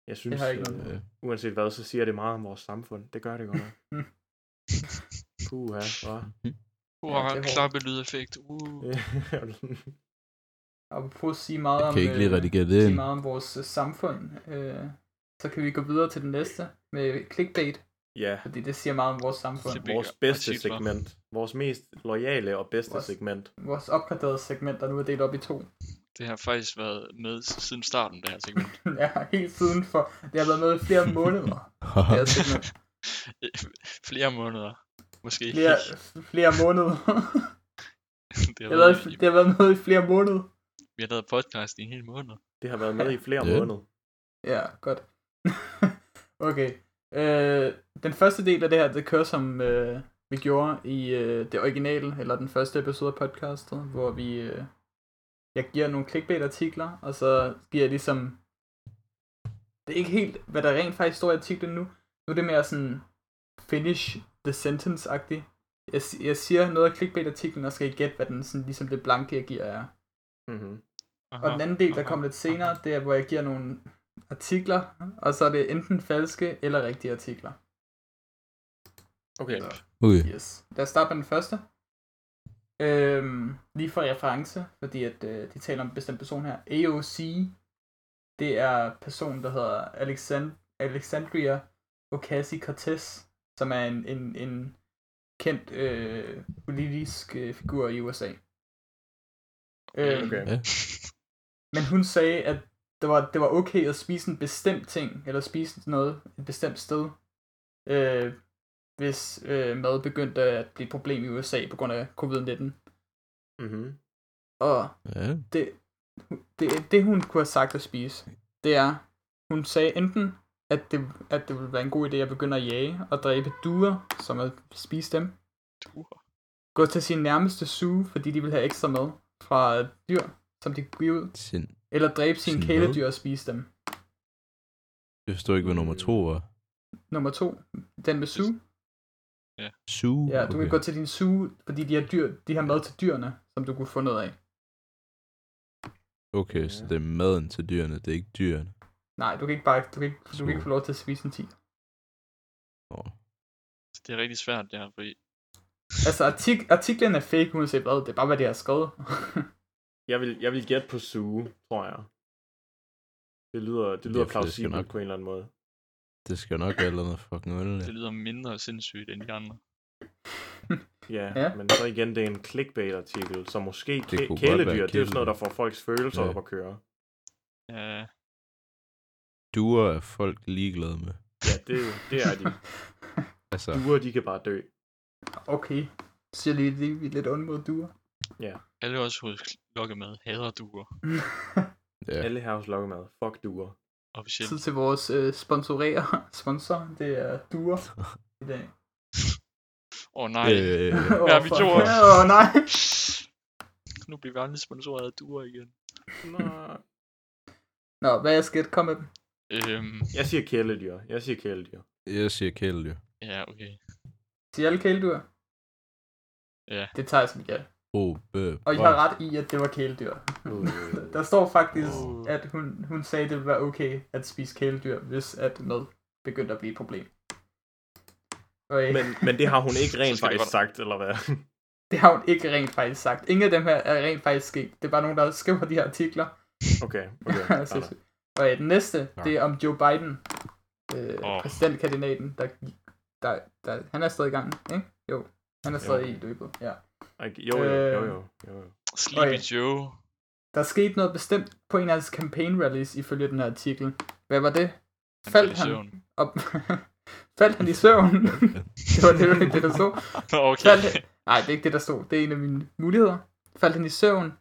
Speaker 1: jeg synes,
Speaker 4: har jeg ikke
Speaker 1: øh,
Speaker 3: Øh,
Speaker 1: uanset hvad, så siger det meget om vores samfund. Det gør det godt nok. Puha, hva?
Speaker 2: Hurra,
Speaker 4: det er hårdt.
Speaker 2: klappe lydeffekt. Uh.
Speaker 4: Og på at sige meget
Speaker 3: Jeg
Speaker 4: om,
Speaker 3: kan ikke lige
Speaker 4: øh,
Speaker 3: redigere det
Speaker 4: sige
Speaker 3: ind.
Speaker 4: meget om vores øh, samfund, øh, så kan vi gå videre til den næste med clickbait,
Speaker 1: ja,
Speaker 4: fordi det siger meget om vores samfund.
Speaker 2: Det-
Speaker 1: vores
Speaker 2: Bigger
Speaker 1: bedste
Speaker 2: artikler.
Speaker 1: segment. Vores mest loyale og bedste
Speaker 4: Vores-
Speaker 1: segment.
Speaker 4: Vores opgraderede segment, der nu er delt op i to.
Speaker 2: Det har faktisk været med siden starten, der segment.
Speaker 4: ja, helt siden for, det har været med i flere måneder. Det her segment.
Speaker 2: Flere måneder. Måske.
Speaker 4: Flere, flere måneder.
Speaker 2: det
Speaker 4: det, har
Speaker 2: har været,
Speaker 4: været, i- det har været med i flere måneder.
Speaker 2: vi har lavet podcast i en hel måned.
Speaker 1: Det har været med i flere
Speaker 3: Ja.
Speaker 1: måneder.
Speaker 4: Ja, godt. okay. Øh, den første del af det her, det kører som øh, vi gjorde i øh, det originale, eller den første episode af podcastet, hvor vi... Øh, jeg giver nogle clickbait-artikler, og så giver jeg ligesom... Det er ikke helt, hvad der rent faktisk står i artiklen nu. Nu er det mere sådan finish the sentence-agtigt. Jeg, si- jeg siger noget af clickbait-artiklen, og skal I gætte, hvad den sådan, ligesom det blanke, jeg giver er.
Speaker 1: Mm-hmm.
Speaker 4: Og den anden del, der kom lidt senere, det er, hvor jeg giver nogle artikler, og så er det enten falske eller rigtige artikler.
Speaker 1: Okay.
Speaker 4: Så,
Speaker 3: Okay.
Speaker 4: yes. Lad os starte med den første. Øhm, lige for reference, fordi at øh, de taler om en bestemt person her. AOC, det er personen, der hedder Alexand- Alexandria Ocasio-Cortez, som er en, en, en kendt øh, politisk øh, figur i USA. Øhm,
Speaker 1: Okay.
Speaker 3: Ja.
Speaker 4: men hun sagde, at det var, det var okay at spise en bestemt ting, eller spise noget et bestemt sted, øh, hvis øh, mad begyndte at blive et problem i USA på grund af covid-19.
Speaker 1: Mm-hmm.
Speaker 4: Og
Speaker 3: Ja.
Speaker 4: det, det, det hun kunne have sagt at spise, det er, hun sagde enten, at det, at det ville være en god idé at begynde at jage og dræbe duer, som at spise dem.
Speaker 2: Duer.
Speaker 4: Gå til sin nærmeste zoo, fordi de vil have ekstra mad fra dyr, som de kunne give ud.
Speaker 3: Sind.
Speaker 4: Eller dræbe sine
Speaker 3: Sådan hvad?
Speaker 4: kæledyr og spise dem.
Speaker 3: Jeg forstår ikke, hvad nummer to var.
Speaker 4: Nummer to, den med zoo.
Speaker 3: Su.
Speaker 4: Ja, du kan gå til din zoo, fordi de har, dyr, de har mad til dyrene, som du kunne få noget af.
Speaker 3: Okay, så
Speaker 1: Ja.
Speaker 3: det er maden til dyrene, det er ikke dyrene.
Speaker 4: Nej, du kan ikke bare, du kan ikke, du kan ikke
Speaker 3: Zoo.
Speaker 4: få lov til at spise en ti.
Speaker 2: Så
Speaker 3: Oh.
Speaker 2: altså, det er rigtig svært, det her, fordi...
Speaker 4: Altså, artik, artiklen er fake, uanset hvad. Det er bare, hvad de har skrevet.
Speaker 1: Jeg vil, jeg vil gætte på suge, tror jeg. Det lyder, det
Speaker 3: Ja,
Speaker 1: lyder
Speaker 3: for det skal
Speaker 1: plausibelt
Speaker 3: nok-
Speaker 1: på en eller anden måde.
Speaker 3: Det skal jo nok være noget fucking
Speaker 2: Det
Speaker 3: underligt.
Speaker 2: lyder mindre sindssygt end de andre.
Speaker 1: Ja,
Speaker 4: Ja.
Speaker 1: ja, men så igen, det er en clickbait-artikel, så måske
Speaker 3: kunne
Speaker 1: kæ-
Speaker 3: godt være
Speaker 1: kæledyr, det er jo sådan noget,
Speaker 3: kæledyr.
Speaker 1: der får folks følelser
Speaker 3: Ja.
Speaker 1: op at køre.
Speaker 2: Ja,
Speaker 3: Duer er folk ligeglade med.
Speaker 1: Ja, det, det er de.
Speaker 3: Altså,
Speaker 1: Duer, de kan bare dø.
Speaker 4: okay. Så Siger lige, lige vi er lidt onde mod duer.
Speaker 2: alle os hos Lokke med hader duer.
Speaker 3: ja.
Speaker 1: Alle her hos Lokkemad. Fuck duer.
Speaker 2: Officielt.
Speaker 4: Så til vores øh, sponsorer, sponsor, det er duer i dag.
Speaker 2: Åh oh, nej.
Speaker 3: Øh,
Speaker 2: Ja, vi
Speaker 4: fuck.
Speaker 2: duer.
Speaker 4: Åh, nej.
Speaker 2: Nu bliver vi aldrig sponsoreret af duer igen.
Speaker 1: Nå.
Speaker 4: Nå, hvad er sket? Kom med dem.
Speaker 2: Øhm,
Speaker 1: Jeg siger kæledyr. Jeg siger kæledyr.
Speaker 3: jeg siger kæledyr.
Speaker 2: ja, okay.
Speaker 4: Siger alle kæledyr?
Speaker 2: Ja.
Speaker 4: Det tager jeg som et ja.
Speaker 3: Oh, bøh,
Speaker 4: Og I har ret i, at det var kæledyr.
Speaker 1: Uh,
Speaker 4: Der står faktisk,
Speaker 2: Wow.
Speaker 4: at hun, hun sagde, at det ville være okay at spise kæledyr, hvis at mad begyndte at blive et problem. øh, Okay.
Speaker 1: men, men det har hun ikke rent
Speaker 2: Så skal det
Speaker 1: faktisk sagt, eller hvad?
Speaker 4: Det har hun ikke rent faktisk sagt. Ingen af dem her er rent faktisk sket. Det er bare nogen, der skriver de her artikler.
Speaker 1: Okay, okay.
Speaker 4: Okay,
Speaker 1: fair nok.
Speaker 4: og ja, den næste,
Speaker 3: Nå.
Speaker 4: det er om Joe Biden, øh,
Speaker 2: Åh.
Speaker 4: oh. præsidentkandidaten, der, der, der, han er stadig i gang, ikke? Jo, han er stadig
Speaker 1: Jo.
Speaker 4: i løbet, ja.
Speaker 1: Ej, Jo, jo, jo, jo. jo, jo.
Speaker 2: Sleepy
Speaker 4: Okay.
Speaker 2: Joe.
Speaker 4: Der skete noget bestemt på en af hans campaign rallies, ifølge den her artikel. Hvad var det?
Speaker 2: Han
Speaker 4: Faldt
Speaker 2: i
Speaker 4: han?
Speaker 2: søvn.
Speaker 4: Op... Faldt han i søvn? det var det, det, der stod.
Speaker 2: Nå, okay.
Speaker 4: Faldt... Nej, det er ikke det, der stod. Det er en af mine muligheder. Faldt han i søvn?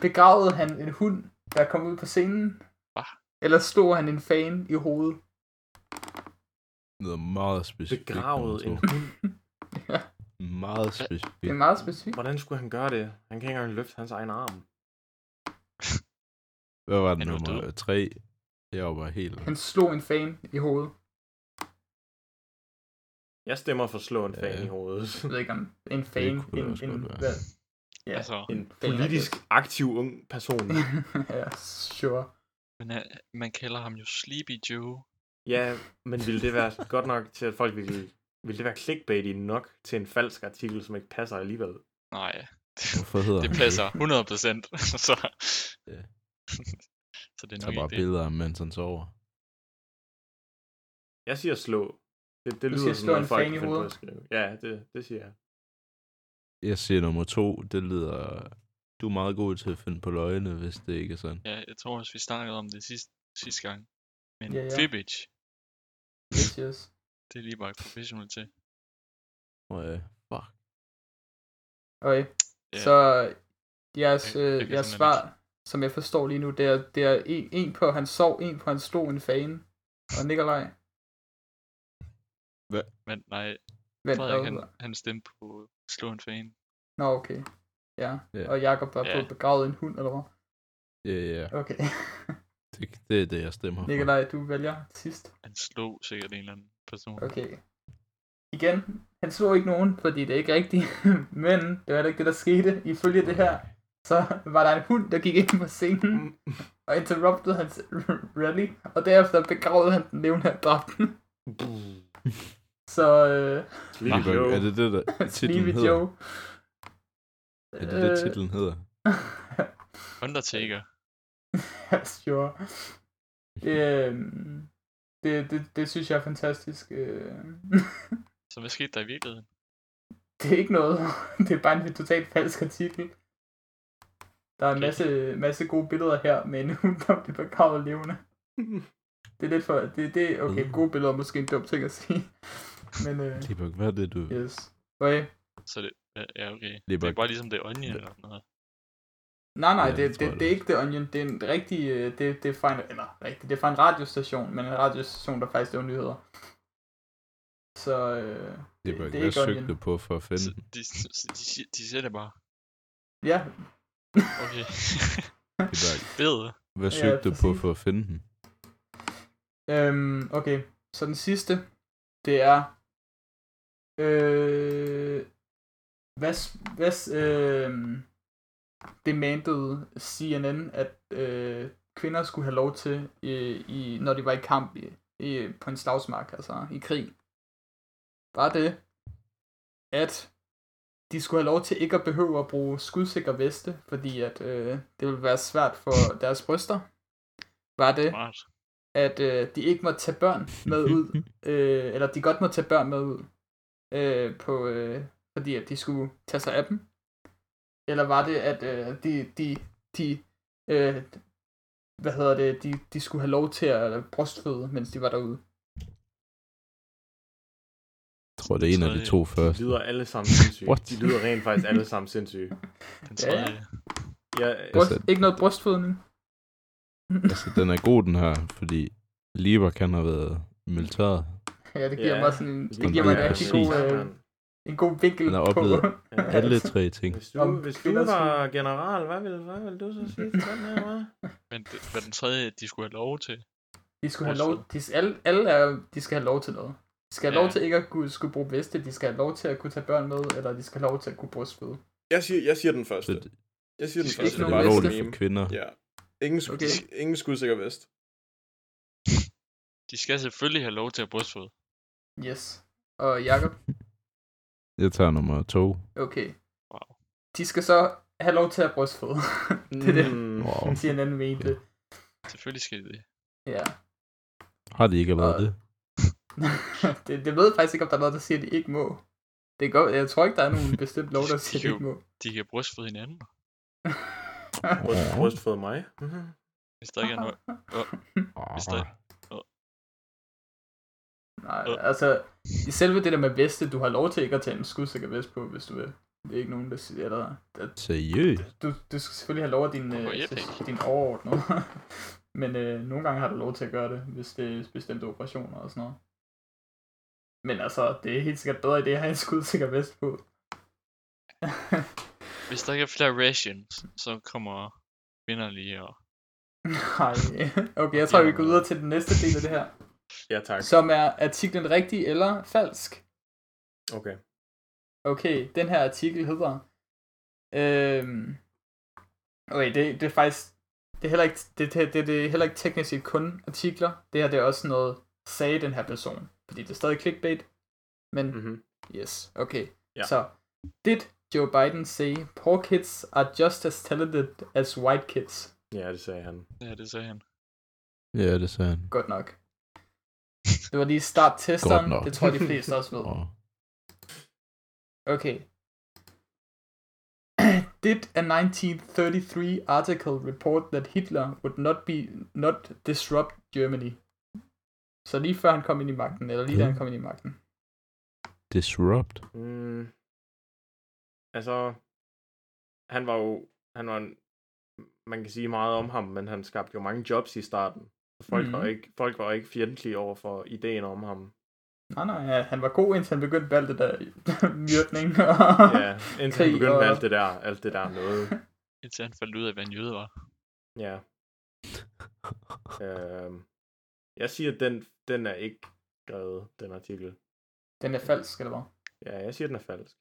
Speaker 4: Begravede han en hund, der kom ud på scenen?
Speaker 2: Hva?
Speaker 4: Eller slog han en fan i hovedet?
Speaker 3: Noget meget specifikt.
Speaker 1: Begravet en
Speaker 3: nummer to.
Speaker 1: hund.
Speaker 3: Meget
Speaker 4: Det
Speaker 3: specifikt.
Speaker 4: er meget specifikt.
Speaker 1: Hvordan skulle han gøre det? Han kan ikke engang løfte hans egen arm.
Speaker 3: Hvad var det
Speaker 2: Han var
Speaker 3: nummer
Speaker 2: død.
Speaker 3: 3? Jeg var bare helt...
Speaker 4: Han slog en fan i hovedet.
Speaker 1: Jeg stemmer for at slå en
Speaker 3: Ja,
Speaker 1: fan
Speaker 3: ja.
Speaker 1: i hovedet.
Speaker 4: Jeg ved ikke om en fan,
Speaker 3: Det kunne
Speaker 4: en,
Speaker 3: det også
Speaker 4: en,
Speaker 3: godt være.
Speaker 4: hvad? Ja.
Speaker 2: Altså,
Speaker 1: En
Speaker 4: Fan er
Speaker 1: politisk aktiv ung person.
Speaker 4: ja, sure.
Speaker 2: men, øh, man kalder ham jo Sleepy Joe.
Speaker 1: Ja, men ville det være godt nok til, at folk ville... Ville det være clickbaity nok til en falsk artikel, som ikke passer alligevel?
Speaker 2: Nej,
Speaker 3: Hvorfor hedder
Speaker 2: det
Speaker 3: han
Speaker 2: passer 100%. så,
Speaker 3: Ja.
Speaker 2: så det er
Speaker 3: det?
Speaker 2: nok
Speaker 3: Tag bare
Speaker 2: ikke det.
Speaker 3: billeder af ham, mens han sover.
Speaker 1: Jeg siger slå. Det, det
Speaker 4: Du
Speaker 1: lyder
Speaker 4: siger
Speaker 1: som
Speaker 4: slå
Speaker 1: noget,
Speaker 4: en
Speaker 1: folk
Speaker 4: fan i
Speaker 1: kan finde på
Speaker 4: hovedet?
Speaker 1: at skrive. Ja, det, det siger jeg.
Speaker 3: Jeg siger nummer 2. Det lyder... Du er meget god til at finde på løgne, hvis det ikke er sådan.
Speaker 2: Ja, jeg tror også, vi snakkede om det sidste, sidste gang. Men
Speaker 4: Ja,
Speaker 2: ja,
Speaker 4: ja.
Speaker 2: ja. Fibbage,
Speaker 4: Yes, yes.
Speaker 2: det er lige bare professionelt til.
Speaker 3: Åh, ja. Fuck.
Speaker 4: Okay,
Speaker 2: Ja,
Speaker 4: så jeres,
Speaker 2: Jeg- jeg
Speaker 4: øh,
Speaker 2: kan
Speaker 4: jeres
Speaker 2: simpelthen
Speaker 4: svar, som jeg forstår lige nu, det er, det er en, en på, han sov, en på, han slog en fan. Og Nikolaj,
Speaker 2: Men nej,
Speaker 4: vent,
Speaker 2: Frederik,
Speaker 4: hvad?
Speaker 2: han, han stemte på slå en fan.
Speaker 4: Nå, okay. Ja,
Speaker 3: Ja.
Speaker 4: og Jakob var
Speaker 2: Ja.
Speaker 4: på begravet en hund, eller hvad?
Speaker 3: Ja, ja.
Speaker 4: Okay.
Speaker 3: Det, det er det, jeg stemmer for.
Speaker 4: Nikolaj, du vælger sidst.
Speaker 2: Han slog sikkert en eller anden person.
Speaker 4: Okay. Igen, han slog ikke nogen, fordi det er ikke rigtigt. Men Mm. det var heller ikke det, der skete. Ifølge det her, så var der en hund, der gik ind på scenen. og interrupted hans rally, og derefter begravede han den levende og dræbte den. Så øh,
Speaker 1: Sleepy
Speaker 3: Nå,
Speaker 1: Joe.
Speaker 3: Er det det, der titlen
Speaker 4: Sleepy
Speaker 3: hedder?
Speaker 4: Joe. Øh,
Speaker 3: Er det det, titlen hedder?
Speaker 2: Undertaker.
Speaker 4: Ja, sure. Øhm, det, det, det synes jeg er fantastisk. Øh,
Speaker 2: Så hvad skete der i virkeligheden?
Speaker 4: det er ikke noget. Det er bare en totalt falsk artikel. Der er en
Speaker 2: Okay.
Speaker 4: masse, masse gode billeder her, men hun der bliver begravet levende. Det er lidt for... Det, det, okay,
Speaker 3: Mm.
Speaker 4: gode billeder er måske en dum ting at sige. Men øh,
Speaker 3: Libok, hvad er det, du...
Speaker 4: yes. Okay.
Speaker 2: Så det, ja, ja, okay. Det
Speaker 3: Libok.
Speaker 2: er bare ligesom det er Onion eller sådan noget.
Speaker 4: Nej, nej, det,
Speaker 3: Ja, det
Speaker 4: det,
Speaker 3: tror jeg,
Speaker 4: det,
Speaker 3: det
Speaker 4: er
Speaker 3: er.
Speaker 4: ikke The Onion. Det er en rigtig... øh, Det, det er fra en, eller, rigtig, det er fra en radiostation, men en radiostation, der faktisk laver nyheder. Så øh,
Speaker 3: Libok,
Speaker 4: det er
Speaker 3: hvad
Speaker 4: ikke
Speaker 3: søgte
Speaker 4: Onion.
Speaker 3: du på for at
Speaker 2: Så
Speaker 3: finde?
Speaker 2: de, de, de, siger- de siger det bare.
Speaker 4: ja,
Speaker 2: Okay.
Speaker 3: Libok,
Speaker 2: Bedre.
Speaker 3: hvad
Speaker 4: Ja,
Speaker 3: søgte du på
Speaker 4: præcis.
Speaker 3: for at finde den?
Speaker 4: øhm, okay. Så den sidste, det er... Øh, hvad, s- hvad s- øh, demandede CNN, at øh, kvinder skulle have lov til, øh, i, når de var i kamp i, i, på en slagsmark, altså i krig? var det, at de skulle have lov til ikke at behøve at bruge skudsikre veste, fordi at øh, det ville være svært for deres bryster. Var det,
Speaker 2: Smart.
Speaker 4: at øh, de ikke må tage børn med ud, øh, eller de godt må tage børn med ud, øh, på, øh, fordi at de skulle tage sig af dem? Eller var det, at øh, de, de, de øh, hvad hedder det, de, de skulle have lov til at brystføde, mens de var derude?
Speaker 3: Jeg tror, det er en af de to
Speaker 1: De
Speaker 3: første.
Speaker 1: lyder alle sammen sindssyge.
Speaker 3: What?
Speaker 1: De lyder rent faktisk alle sammen sindssyge.
Speaker 2: Den
Speaker 4: Ja,
Speaker 2: tredje.
Speaker 1: Jeg,
Speaker 4: Bryst,
Speaker 3: Altså-
Speaker 4: ikke noget brystfødning?
Speaker 3: Altså, den er god, den her, fordi Libok, han har været i militæret.
Speaker 4: Ja, det giver
Speaker 1: Ja.
Speaker 4: mig sådan en, det
Speaker 3: Sådan
Speaker 4: giver mig en
Speaker 3: lidt
Speaker 4: rigtig
Speaker 3: præcis.
Speaker 4: god, øh, altså, en god vinkel
Speaker 3: Han har
Speaker 4: på.
Speaker 3: oplevet
Speaker 1: Ja.
Speaker 3: Alle tre ting.
Speaker 1: Hvis
Speaker 4: Om
Speaker 1: du, hvis du
Speaker 4: kvinders
Speaker 1: var general, hvad ville, hvad ville du så sige til den her, hva'?
Speaker 2: Men det, hvad den tredje, de skulle have lov til.
Speaker 4: De skulle have lov, de, alle, alle er, de skal have lov til noget. De skal have
Speaker 2: Ja.
Speaker 4: lov til ikke at kunne, skulle bruge veste, de skal have lov til at kunne tage børn med, eller de skal have lov til at kunne brystføde.
Speaker 1: Jeg siger, jeg siger den
Speaker 3: Så
Speaker 1: første.
Speaker 3: det,
Speaker 1: Jeg siger den
Speaker 4: Ikke
Speaker 3: så
Speaker 1: første.
Speaker 3: det
Speaker 4: nogen
Speaker 1: Det
Speaker 3: var
Speaker 1: er bare
Speaker 4: liste.
Speaker 3: lovligt
Speaker 1: et
Speaker 3: for
Speaker 1: meme.
Speaker 3: kvinder.
Speaker 1: Ja. Ingen, skud,
Speaker 4: Okay.
Speaker 1: ingen skudsikker vest.
Speaker 2: De skal selvfølgelig have lov til at brystføde.
Speaker 4: Yes. Og Jakob,
Speaker 3: Jeg tager nummer to.
Speaker 4: okay.
Speaker 2: Wow.
Speaker 4: De skal så have lov til at brystføde. det er det,
Speaker 1: Mm.
Speaker 3: Wow.
Speaker 4: han siger en anden mente.
Speaker 2: Selvfølgelig skal de det.
Speaker 4: Ja.
Speaker 3: Har de ikke været
Speaker 4: Og-
Speaker 3: det?
Speaker 4: det, det ved jeg faktisk ikke, om der er noget, der siger, at de ikke må. Det går, jeg tror ikke, der er nogen bestemt lov, der siger, at de ikke må.
Speaker 2: De kan brystføde hinanden,
Speaker 1: Bryst, brystfød mig.
Speaker 4: Mm-hmm.
Speaker 1: Mhm.
Speaker 2: hvis der ikke er noget. hvis der-
Speaker 4: Nej,
Speaker 2: Øh.
Speaker 4: altså, i selve det der med veste, du har lov til ikke at tage en skudsikker vest på, hvis du vil. Det er ikke nogen, der siger, eller... Der,
Speaker 3: Seriøst?
Speaker 4: du, du skal selvfølgelig have lov af din,
Speaker 2: Hvorfor
Speaker 4: øh,
Speaker 2: jeg
Speaker 4: s- din overordnede. Men øh, nogle gange har du lov til at gøre det, hvis det er bestemte operationer og sådan noget. Men altså, det er helt sikkert bedre idé at have en skudsikker vest på.
Speaker 2: Hvis der ikke er flere rations, så kommer vinder lige og...
Speaker 4: Nej, okay, jeg tror, vi går videre til den næste del af det her.
Speaker 1: Ja, tak.
Speaker 4: Som er artiklen rigtig eller falsk?
Speaker 1: Okay.
Speaker 4: Okay, den her artikel hedder... Øhm, okay, det, det er faktisk... Det er, heller ikke, det, det, det, det er heller ikke teknisk set kun artikler. Det her det er også sådan noget, sagde den her person. Fordi det er stadig clickbait. Men
Speaker 3: Mm.
Speaker 1: Mm-hmm.
Speaker 4: yes, okay.
Speaker 1: Ja.
Speaker 4: Så, did Joe Biden say, poor kids are just as talented as white kids?
Speaker 1: Ja, det sagde han.
Speaker 2: Ja, det sagde han.
Speaker 3: Ja, det sagde han.
Speaker 4: Godt nok. Det var lige starttesteren.
Speaker 3: Godt nok.
Speaker 4: Det tror jeg, de fleste også ved.
Speaker 3: Og
Speaker 4: Okay. Did a 1933 article report that Hitler would not be not disrupt Germany? Så lige før han kom ind i magten, eller lige da
Speaker 3: Mm.
Speaker 4: han kom ind i magten.
Speaker 3: disrupt.
Speaker 1: Mm. Altså, han var jo, han var en, man kan sige meget om ham, men han skabte jo mange jobs i starten. Så Folk, mm. var,
Speaker 4: Mhm.
Speaker 1: ikke, folk var ikke fjendtlige over for ideen om ham.
Speaker 4: Nej, nej, ja, han var god, indtil han begyndte med alt det der myrdning. Og...
Speaker 1: Ja, indtil han
Speaker 4: Krig
Speaker 1: begyndte med
Speaker 4: og-
Speaker 1: alt det der, alt det der noget.
Speaker 2: Indtil han faldt ud af, hvad en jøde var.
Speaker 1: Ja. Øhm, jeg siger, at den, den er ikke skrevet, den artikel.
Speaker 4: Den er falsk, eller hvad?
Speaker 1: Ja, jeg siger, at den er falsk.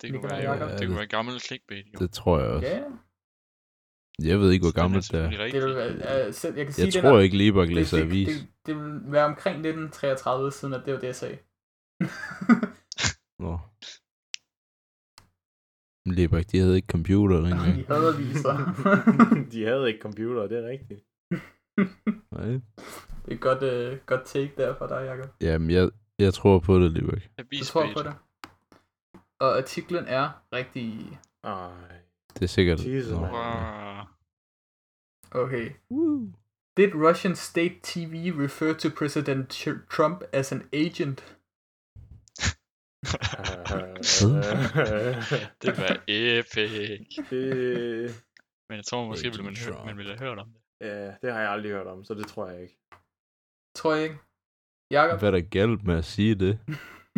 Speaker 2: Det kunne,
Speaker 4: Nikolaj
Speaker 2: være,
Speaker 4: Jakob.
Speaker 2: det kunne være gammel clickbait, jo.
Speaker 3: Det tror jeg også.
Speaker 4: Ja, ja.
Speaker 3: Jeg ved ikke, hvor gammelt det
Speaker 2: det
Speaker 3: er.
Speaker 4: Det vil være,
Speaker 2: Rigtigt.
Speaker 4: øh, selv, jeg kan sige,
Speaker 3: Jeg
Speaker 4: den
Speaker 3: tror
Speaker 4: er,
Speaker 3: ikke, Libak
Speaker 4: det,
Speaker 3: læser
Speaker 4: det,
Speaker 3: avis.
Speaker 4: det, det, vil være omkring 1933, siden at det var det, jeg sagde.
Speaker 3: Nå. Libak, de havde ikke computer dengang.
Speaker 4: De havde aviser.
Speaker 1: de havde ikke computer, det er rigtigt.
Speaker 3: Nej.
Speaker 4: det er et godt, øh, godt take der fra dig, Jacob.
Speaker 3: Jamen, jeg, jeg tror på det, Libak.
Speaker 4: Du
Speaker 2: Avis
Speaker 4: tror på det. Og artiklen er rigtig...
Speaker 1: Ej.
Speaker 3: Det er sikkert...
Speaker 1: Jesus,
Speaker 3: Nå,
Speaker 1: mand.
Speaker 3: ja.
Speaker 2: Wow.
Speaker 4: Okay. Did Russian state TV refer to President Tr- Trump as an agent?
Speaker 2: det var epic.
Speaker 1: det,
Speaker 2: Men jeg tror måske, ville man,
Speaker 3: Agent
Speaker 2: hø- man ville have hørt om det.
Speaker 1: ja, det har jeg aldrig hørt om, så det tror jeg ikke.
Speaker 4: Tror jeg ikke. Jakob?
Speaker 3: Hvad er der galt med at sige det?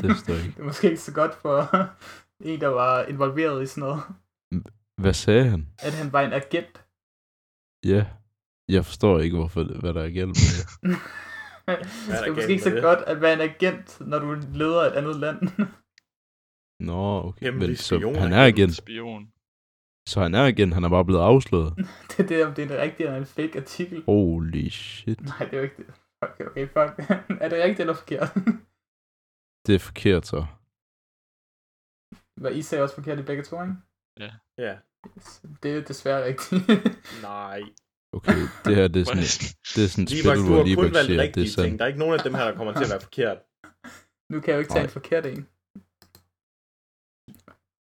Speaker 3: Det står ikke.
Speaker 4: det er måske ikke så godt for en, der var involveret i sådan noget,
Speaker 3: Hvad sagde han?
Speaker 4: at han var en agent.
Speaker 3: Ja. Jeg forstår ikke, hvorfor, det- hvad der er galt med det.
Speaker 4: det er
Speaker 1: galt
Speaker 4: måske ikke
Speaker 1: med
Speaker 4: så
Speaker 1: det?
Speaker 4: godt at være en agent, når du leder et andet land.
Speaker 3: Nå, okay.
Speaker 1: Hemmelig
Speaker 3: Men, så
Speaker 1: spion
Speaker 3: han
Speaker 1: er
Speaker 3: er
Speaker 1: galt.
Speaker 3: igen.
Speaker 2: Spion.
Speaker 3: Så han er igen. Han er bare blevet afsløret.
Speaker 4: det er det, om det er en rigtig eller en fake artikel.
Speaker 3: Holy shit.
Speaker 4: Nej, det er jo ikke det. Okay, okay, fuck. er det rigtigt eller forkert?
Speaker 3: Det er forkert så.
Speaker 4: Hvad I sagde også forkert i begge to, ikke?
Speaker 1: Ja,
Speaker 4: Yes. Det er desværre rigtigt.
Speaker 1: nej.
Speaker 3: Okay, det her det er sådan, det er sådan et
Speaker 1: Libak,
Speaker 3: spil,
Speaker 1: du
Speaker 3: hvor
Speaker 1: har
Speaker 3: Libak
Speaker 1: kun valgt
Speaker 3: siger, at det
Speaker 1: rigtige
Speaker 3: er sandt.
Speaker 1: ting. Der er ikke nogen af dem her, der kommer til at være forkert.
Speaker 4: nu kan jeg jo ikke tage
Speaker 3: Nej.
Speaker 4: en forkert en.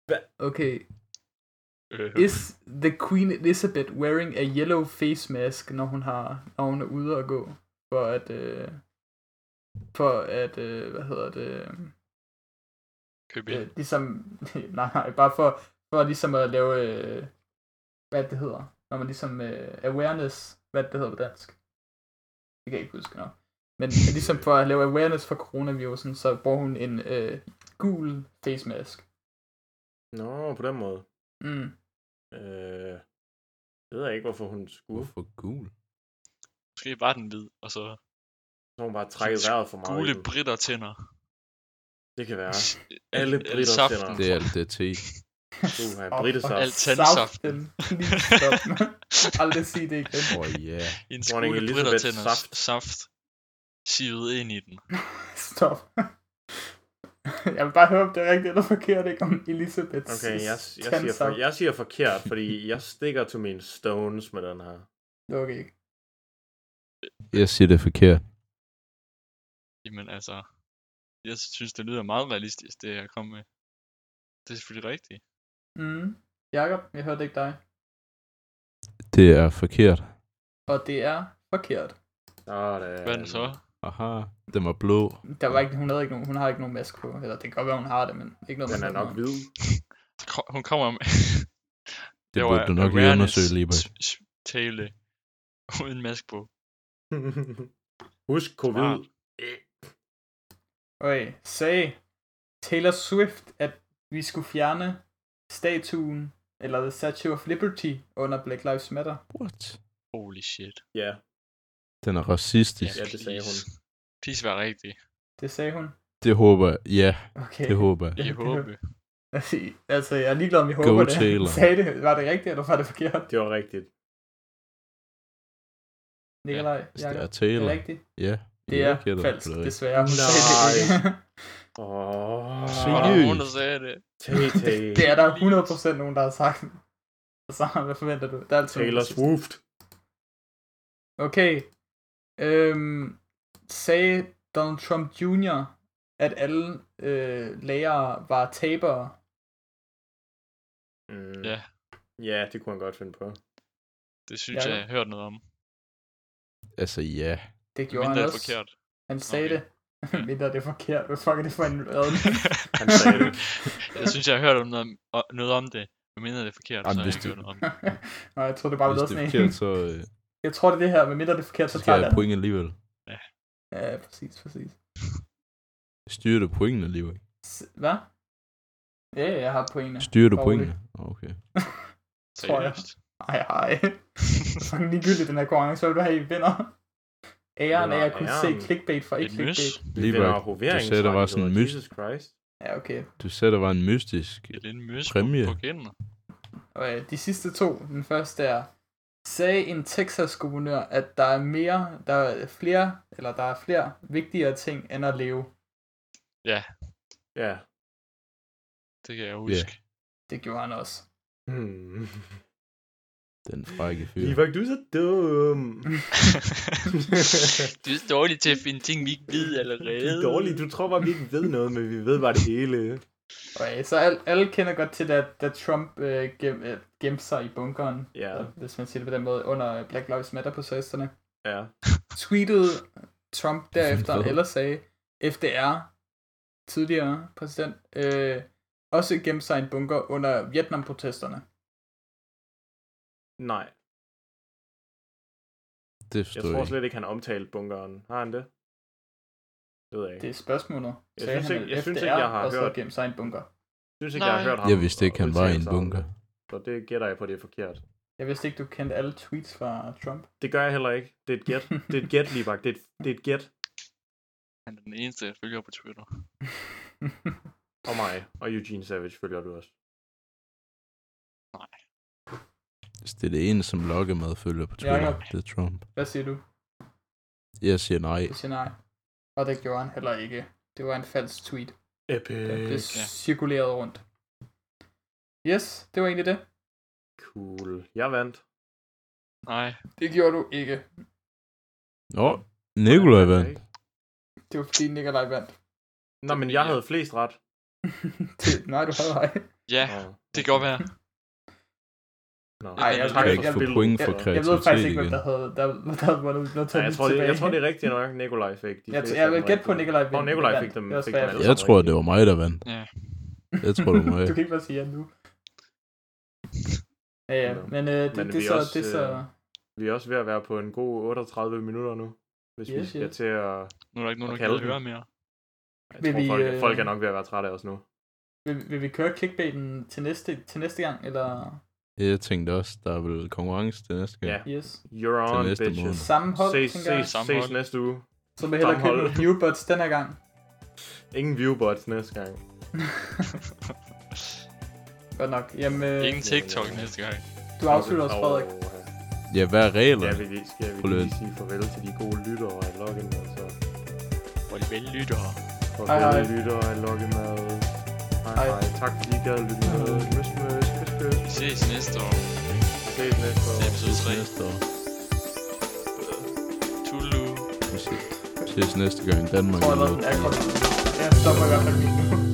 Speaker 1: Hva?
Speaker 4: Okay,
Speaker 2: Øh,
Speaker 4: Is the Queen Elizabeth wearing a yellow face mask, når hun har når hun er ude at gå? For at, øh, for at, øh, hvad hedder det,
Speaker 2: køb ind.
Speaker 4: øh, ligesom, nej, nej, bare for, for ligesom at lave, øh, hvad det hedder, når man ligesom, øh, awareness, hvad det hedder på dansk. Det kan jeg ikke huske nok. Men ligesom for at lave awareness for coronavirusen, så bruger hun en øh, gul face mask.
Speaker 1: Nå, på den måde.
Speaker 4: Mm.
Speaker 1: Øh, jeg ved ikke, hvorfor hun skulle.
Speaker 3: Hvorfor gul?
Speaker 2: Måske var den hvid, og så
Speaker 1: Så har hun bare trækket vejret for meget. i
Speaker 2: gule
Speaker 1: den.
Speaker 2: britter tænder.
Speaker 1: Det kan være.
Speaker 2: Øh,
Speaker 1: Alle
Speaker 2: øh,
Speaker 1: britter
Speaker 2: saften.
Speaker 1: tænder.
Speaker 3: Det er alt det te.
Speaker 1: Uh, han britter sig.
Speaker 2: Alt tandsaften.
Speaker 4: Lige stop. Aldrig sige det igen.
Speaker 3: Åh oh, ja. Yeah.
Speaker 2: En
Speaker 1: Dronning
Speaker 2: skole
Speaker 1: Elizabeths
Speaker 2: britter tænder
Speaker 1: saft.
Speaker 2: saft. saft sivet ind i den.
Speaker 4: Stop. Jeg vil bare høre, om det er rigtigt eller forkert, ikke om Elisabeths
Speaker 1: Okay, jeg, jeg, siger
Speaker 4: tandsaften.
Speaker 1: for, jeg siger forkert, fordi jeg stikker til mine stones med den her.
Speaker 4: Okay.
Speaker 3: Jeg siger det er forkert.
Speaker 2: Jamen altså, jeg synes, det lyder meget realistisk, det jeg kom med. Det er selvfølgelig rigtigt.
Speaker 4: Mm. Jakob, jeg hørte ikke dig.
Speaker 3: Det er forkert.
Speaker 4: Og det er forkert.
Speaker 1: Sådan.
Speaker 2: Hvad er den så?
Speaker 3: Aha, den var blå.
Speaker 4: Der var ikke, hun, havde ikke nogen, hun har ikke nogen mask på. Eller det kan godt være, hun har det, men ikke noget
Speaker 1: Den
Speaker 4: man
Speaker 1: er
Speaker 4: ved
Speaker 1: nok
Speaker 4: noget om.
Speaker 1: hvid.
Speaker 2: Så ko- Hun kommer med...
Speaker 3: Det burde du nok lige undersøge, Libak.
Speaker 2: tale uden mask på.
Speaker 1: Husk covid.
Speaker 2: Smart.
Speaker 1: Øh,
Speaker 4: Okay, sagde Taylor Swift, at vi skulle fjerne statuen, eller The Statue of Liberty, under Black Lives Matter.
Speaker 3: What?
Speaker 2: Holy shit.
Speaker 1: Ja,
Speaker 3: Den er racistisk.
Speaker 1: Ja, det sagde hun.
Speaker 2: please. Please vær rigtig.
Speaker 4: Det sagde hun.
Speaker 3: Det håber jeg. Ja,
Speaker 4: Okay.
Speaker 3: det håber jeg.
Speaker 4: Ja,
Speaker 2: Jeg
Speaker 4: det
Speaker 2: håber.
Speaker 4: Altså, altså, jeg er ligeglad, om I håber det.
Speaker 3: Taylor.
Speaker 4: Sagde det. Var det rigtigt, eller var det forkert?
Speaker 1: det var rigtigt.
Speaker 4: Nikolaj,
Speaker 3: Hvis det
Speaker 4: Jakob,
Speaker 3: er
Speaker 4: det er
Speaker 3: Taylor.
Speaker 4: rigtigt.
Speaker 3: Ja.
Speaker 4: Det
Speaker 3: Jeg
Speaker 4: er
Speaker 3: gætter på
Speaker 4: falsk,
Speaker 3: det rigtigt.
Speaker 4: desværre. Hun
Speaker 1: Nej.
Speaker 4: sagde det ikke.
Speaker 1: Åh,
Speaker 2: Så var der
Speaker 3: Seriøst?
Speaker 2: nogen, der sagde det.
Speaker 1: Tay-Tay.
Speaker 4: Det er der 100% nogen, der har sagt. Så hvad forventer du? Der er altid nogen,
Speaker 1: Taylor
Speaker 4: der siger-
Speaker 1: Swift.
Speaker 4: Okay. Øhm, sagde Donald Trump Jr., at alle øh, lærere var tabere.
Speaker 1: Mm.
Speaker 2: Ja.
Speaker 1: Ja, det kunne han godt finde på.
Speaker 2: Det synes
Speaker 4: Ja,
Speaker 2: jeg,
Speaker 4: ja.
Speaker 2: jeg har hørt noget om.
Speaker 3: Altså ja.
Speaker 4: Det gjorde
Speaker 2: Men det
Speaker 4: han
Speaker 2: er
Speaker 4: også.
Speaker 2: forkert.
Speaker 4: Han sagde
Speaker 2: Okay.
Speaker 4: det. Mindre det er forkert. Hvad fuck er det for en redning?
Speaker 1: Han sagde det.
Speaker 2: Jeg synes, jeg har hørt om noget, om- o- noget om det. Jeg mener, det er forkert,
Speaker 3: Jamen,
Speaker 2: så har
Speaker 3: hvis
Speaker 2: jeg ikke hørt
Speaker 3: du-
Speaker 2: noget om det.
Speaker 4: Nej, jeg tror det bare var
Speaker 3: Hvis det er
Speaker 4: sådan en.
Speaker 3: forkert, så, øh,
Speaker 4: Jeg tror, det er det her. Med mindre det er forkert,
Speaker 3: så
Speaker 4: så
Speaker 3: skal
Speaker 4: tager
Speaker 3: jeg
Speaker 4: jeg
Speaker 3: have point alligevel.
Speaker 4: Ja, præcis, præcis.
Speaker 3: Styrer du pointene alligevel?
Speaker 4: S- Hvad? Ja, ja, jeg har pointene.
Speaker 3: Styrer du
Speaker 4: Rolig.
Speaker 3: pointene? Ah, Okay.
Speaker 4: Tror jeg.
Speaker 2: Seriøst.
Speaker 4: Ej, ej. Fucking ligegyldigt, den her konkurrence. Hvad vil du have, I vinder? Æren af at
Speaker 1: Vinder
Speaker 4: kunne se
Speaker 1: æren.
Speaker 4: clickbait fra ikke
Speaker 2: En mys.
Speaker 4: clickbait.
Speaker 1: Vi
Speaker 3: Lige
Speaker 1: vinder
Speaker 3: bak.
Speaker 1: hovering,
Speaker 3: Du sagde, der var sådan en
Speaker 1: rettigheder.
Speaker 3: myst-
Speaker 1: Jesus Christ.
Speaker 4: Ja, okay.
Speaker 3: Du sagde, der var en mystisk
Speaker 2: Det er en mys
Speaker 3: Præmie.
Speaker 2: på, på kinden.
Speaker 4: Og, øh, de sidste to. Den første er, sagde en Texas-guvernør, at der er mere, der er flere, eller der er flere vigtigere ting end at leve.
Speaker 1: Ja.
Speaker 2: Det kan jeg huske.
Speaker 4: Det gjorde han også.
Speaker 1: Hmm.
Speaker 3: Den frække fyr.
Speaker 1: Ivar, du er så dum.
Speaker 2: du er dårlig til at finde ting, vi ikke ved allerede.
Speaker 1: Du er dårlig. Du tror bare, vi ikke ved noget, men vi ved bare det hele.
Speaker 4: Okay, så al, alle kender godt til, da, da Trump øh, gem, øh, gemte sig i bunkeren,
Speaker 1: Ja,
Speaker 4: hvis man siger det på den måde, under Black Lives Matter processerne.
Speaker 1: ja.
Speaker 4: tweetede Trump derefter,
Speaker 3: Hvad?
Speaker 4: eller sagde, FDR, tidligere præsident, øh, også gemte sig i en bunker under Vietnam-protesterne.
Speaker 1: Nej,
Speaker 3: Det
Speaker 1: jeg
Speaker 3: forstår jeg,
Speaker 1: tror
Speaker 3: jeg
Speaker 1: slet ikke, han omtalte bunkeren. Har han det? Det ved jeg ikke.
Speaker 4: Det er spørgsmålet.
Speaker 1: Jeg
Speaker 4: Sagde
Speaker 1: synes
Speaker 4: han,
Speaker 1: ikke-
Speaker 4: at
Speaker 1: jeg synes
Speaker 4: FDR
Speaker 1: ikke, jeg har
Speaker 4: og så
Speaker 1: hørt-
Speaker 4: gemte sig i en bunker.
Speaker 1: Jeg synes ikke, jeg har
Speaker 2: Nej.
Speaker 1: hørt ham.
Speaker 3: Jeg vidste ikke, han var i en
Speaker 1: udtale sig om
Speaker 3: bunker.
Speaker 1: det. Så det gætter jeg på, det er forkert.
Speaker 4: Jeg vidste ikke, du kendte alle tweets fra Trump.
Speaker 1: Det gør jeg heller ikke. Det er et gæt. Det er et gæt, Libak. Det er et, det er et gæt.
Speaker 2: Han er den eneste, jeg følger på Twitter.
Speaker 1: Og mig. Og Eugene Savage følger du også.
Speaker 3: ikke. Det er det ene, som lokkemad følger på Twitter.
Speaker 4: Jakob.
Speaker 3: Det er Trump.
Speaker 4: Hvad siger du?
Speaker 3: Jeg siger nej.
Speaker 4: Du siger nej. Og det gjorde han heller ikke. Det var en falsk tweet. Det blev
Speaker 1: Epic.
Speaker 4: cirkuleret rundt. Yes, det var egentlig det.
Speaker 1: Cool. Jeg vandt.
Speaker 2: Nej,
Speaker 4: Det gjorde du ikke.
Speaker 3: Nå, Nikolaj
Speaker 1: Hvordan
Speaker 3: vandt.
Speaker 1: vandt jeg
Speaker 4: Det var fordi Nikolaj vandt.
Speaker 1: ikke? Nå, men jeg havde flest ret.
Speaker 4: Det- Nej, du havde ej.
Speaker 2: ja,
Speaker 1: Nå.
Speaker 2: det kan godt være.
Speaker 1: Nå.
Speaker 4: Ej, jeg-
Speaker 1: tak
Speaker 4: jeg-
Speaker 1: for
Speaker 4: jeg-
Speaker 3: få
Speaker 1: spillet.
Speaker 3: point
Speaker 4: Jeg,
Speaker 3: for
Speaker 4: jeg ved
Speaker 3: kreativitet
Speaker 4: faktisk ikke, hvem
Speaker 3: igen.
Speaker 4: der havde, der, der havde vundet. Jeg
Speaker 1: Nej,
Speaker 4: tager
Speaker 1: jeg,
Speaker 4: dem
Speaker 1: tror, det, jeg
Speaker 4: tilbage.
Speaker 1: tror, det er rigtigt nok, Nikolaj fik. De
Speaker 4: Jeg,
Speaker 1: fleste
Speaker 4: jeg
Speaker 1: af
Speaker 4: vil
Speaker 1: dem
Speaker 4: gætte på,
Speaker 1: rigtige.
Speaker 4: Nikolaj vandt.
Speaker 1: Nå, Nikolaj fik dem,
Speaker 4: Det var
Speaker 1: fik
Speaker 4: svært.
Speaker 1: dem alle
Speaker 3: Jeg
Speaker 1: sammen
Speaker 3: tror,
Speaker 1: rigtigt.
Speaker 3: det var mig, der vandt.
Speaker 2: Ja.
Speaker 3: Jeg tror, det var mig.
Speaker 4: Du kan ikke bare sige ja nu. Ja, ja.
Speaker 1: Nå.
Speaker 4: Men, øh, det,
Speaker 1: Men
Speaker 4: det, er
Speaker 1: vi
Speaker 4: så,
Speaker 1: også,
Speaker 4: det er så...
Speaker 1: øh, Vi er også ved at være på en god 38 minutter nu. Hvis yes, vi
Speaker 4: Yes,
Speaker 1: skal
Speaker 4: yes.
Speaker 1: yes. til at...
Speaker 2: Nu er der ikke
Speaker 1: Og
Speaker 2: nogen, der gider at
Speaker 1: kalde
Speaker 2: høre mere.
Speaker 1: Jeg
Speaker 4: Vil
Speaker 1: tror,
Speaker 4: vi,
Speaker 1: folk,
Speaker 4: øh,
Speaker 1: folk er nok ved at være trætte af os nu.
Speaker 4: Vil, vil vi køre clickbaiten til næste, til næste gang, eller...
Speaker 3: Jeg tænkte også, der er vel konkurrence til næste gang.
Speaker 1: Ja.
Speaker 4: Yes.
Speaker 1: You're
Speaker 3: Til
Speaker 1: on,
Speaker 3: næste
Speaker 1: bitches.
Speaker 3: måned.
Speaker 4: Samme hold,
Speaker 1: Ses,
Speaker 4: tænker jeg.
Speaker 1: ses, ses
Speaker 2: Sammenhold.
Speaker 1: næste uge.
Speaker 4: Så vil jeg hellere købe
Speaker 1: sammenhold.
Speaker 4: nogle viewbots den her gang.
Speaker 1: Ingen viewbots næste gang.
Speaker 4: Godt nok. Jamen, øh,
Speaker 2: Ingen TikTok næste gang.
Speaker 4: du afslutter os, Frederik.
Speaker 1: Åh, ja.
Speaker 3: Ja, hvad er reglerne?
Speaker 1: Skal vi, lige- skal vi
Speaker 3: Prøv lige
Speaker 1: lige sige farvel til de gode lyttere altså, af Lokkemad, så
Speaker 2: Hvor de vel lytter.
Speaker 1: farvel
Speaker 4: Hej,
Speaker 1: hej,
Speaker 4: hej.
Speaker 1: hej. lyttere af Lokkemad. Hej,
Speaker 4: Hej.
Speaker 1: hej, hej. Tak fordi I gad at lytte med. Møs, møs, møs, møs.
Speaker 2: Vi ses næste år.
Speaker 1: Vi ses næste år.
Speaker 2: Episode 3.
Speaker 3: Næste år.
Speaker 2: Tulu.
Speaker 3: Vi ses- ses næste gang i Danmark.
Speaker 4: Jeg tror,
Speaker 3: eller
Speaker 4: at den er
Speaker 3: noget.
Speaker 4: godt. Jeg stopper i hvert fald min nu.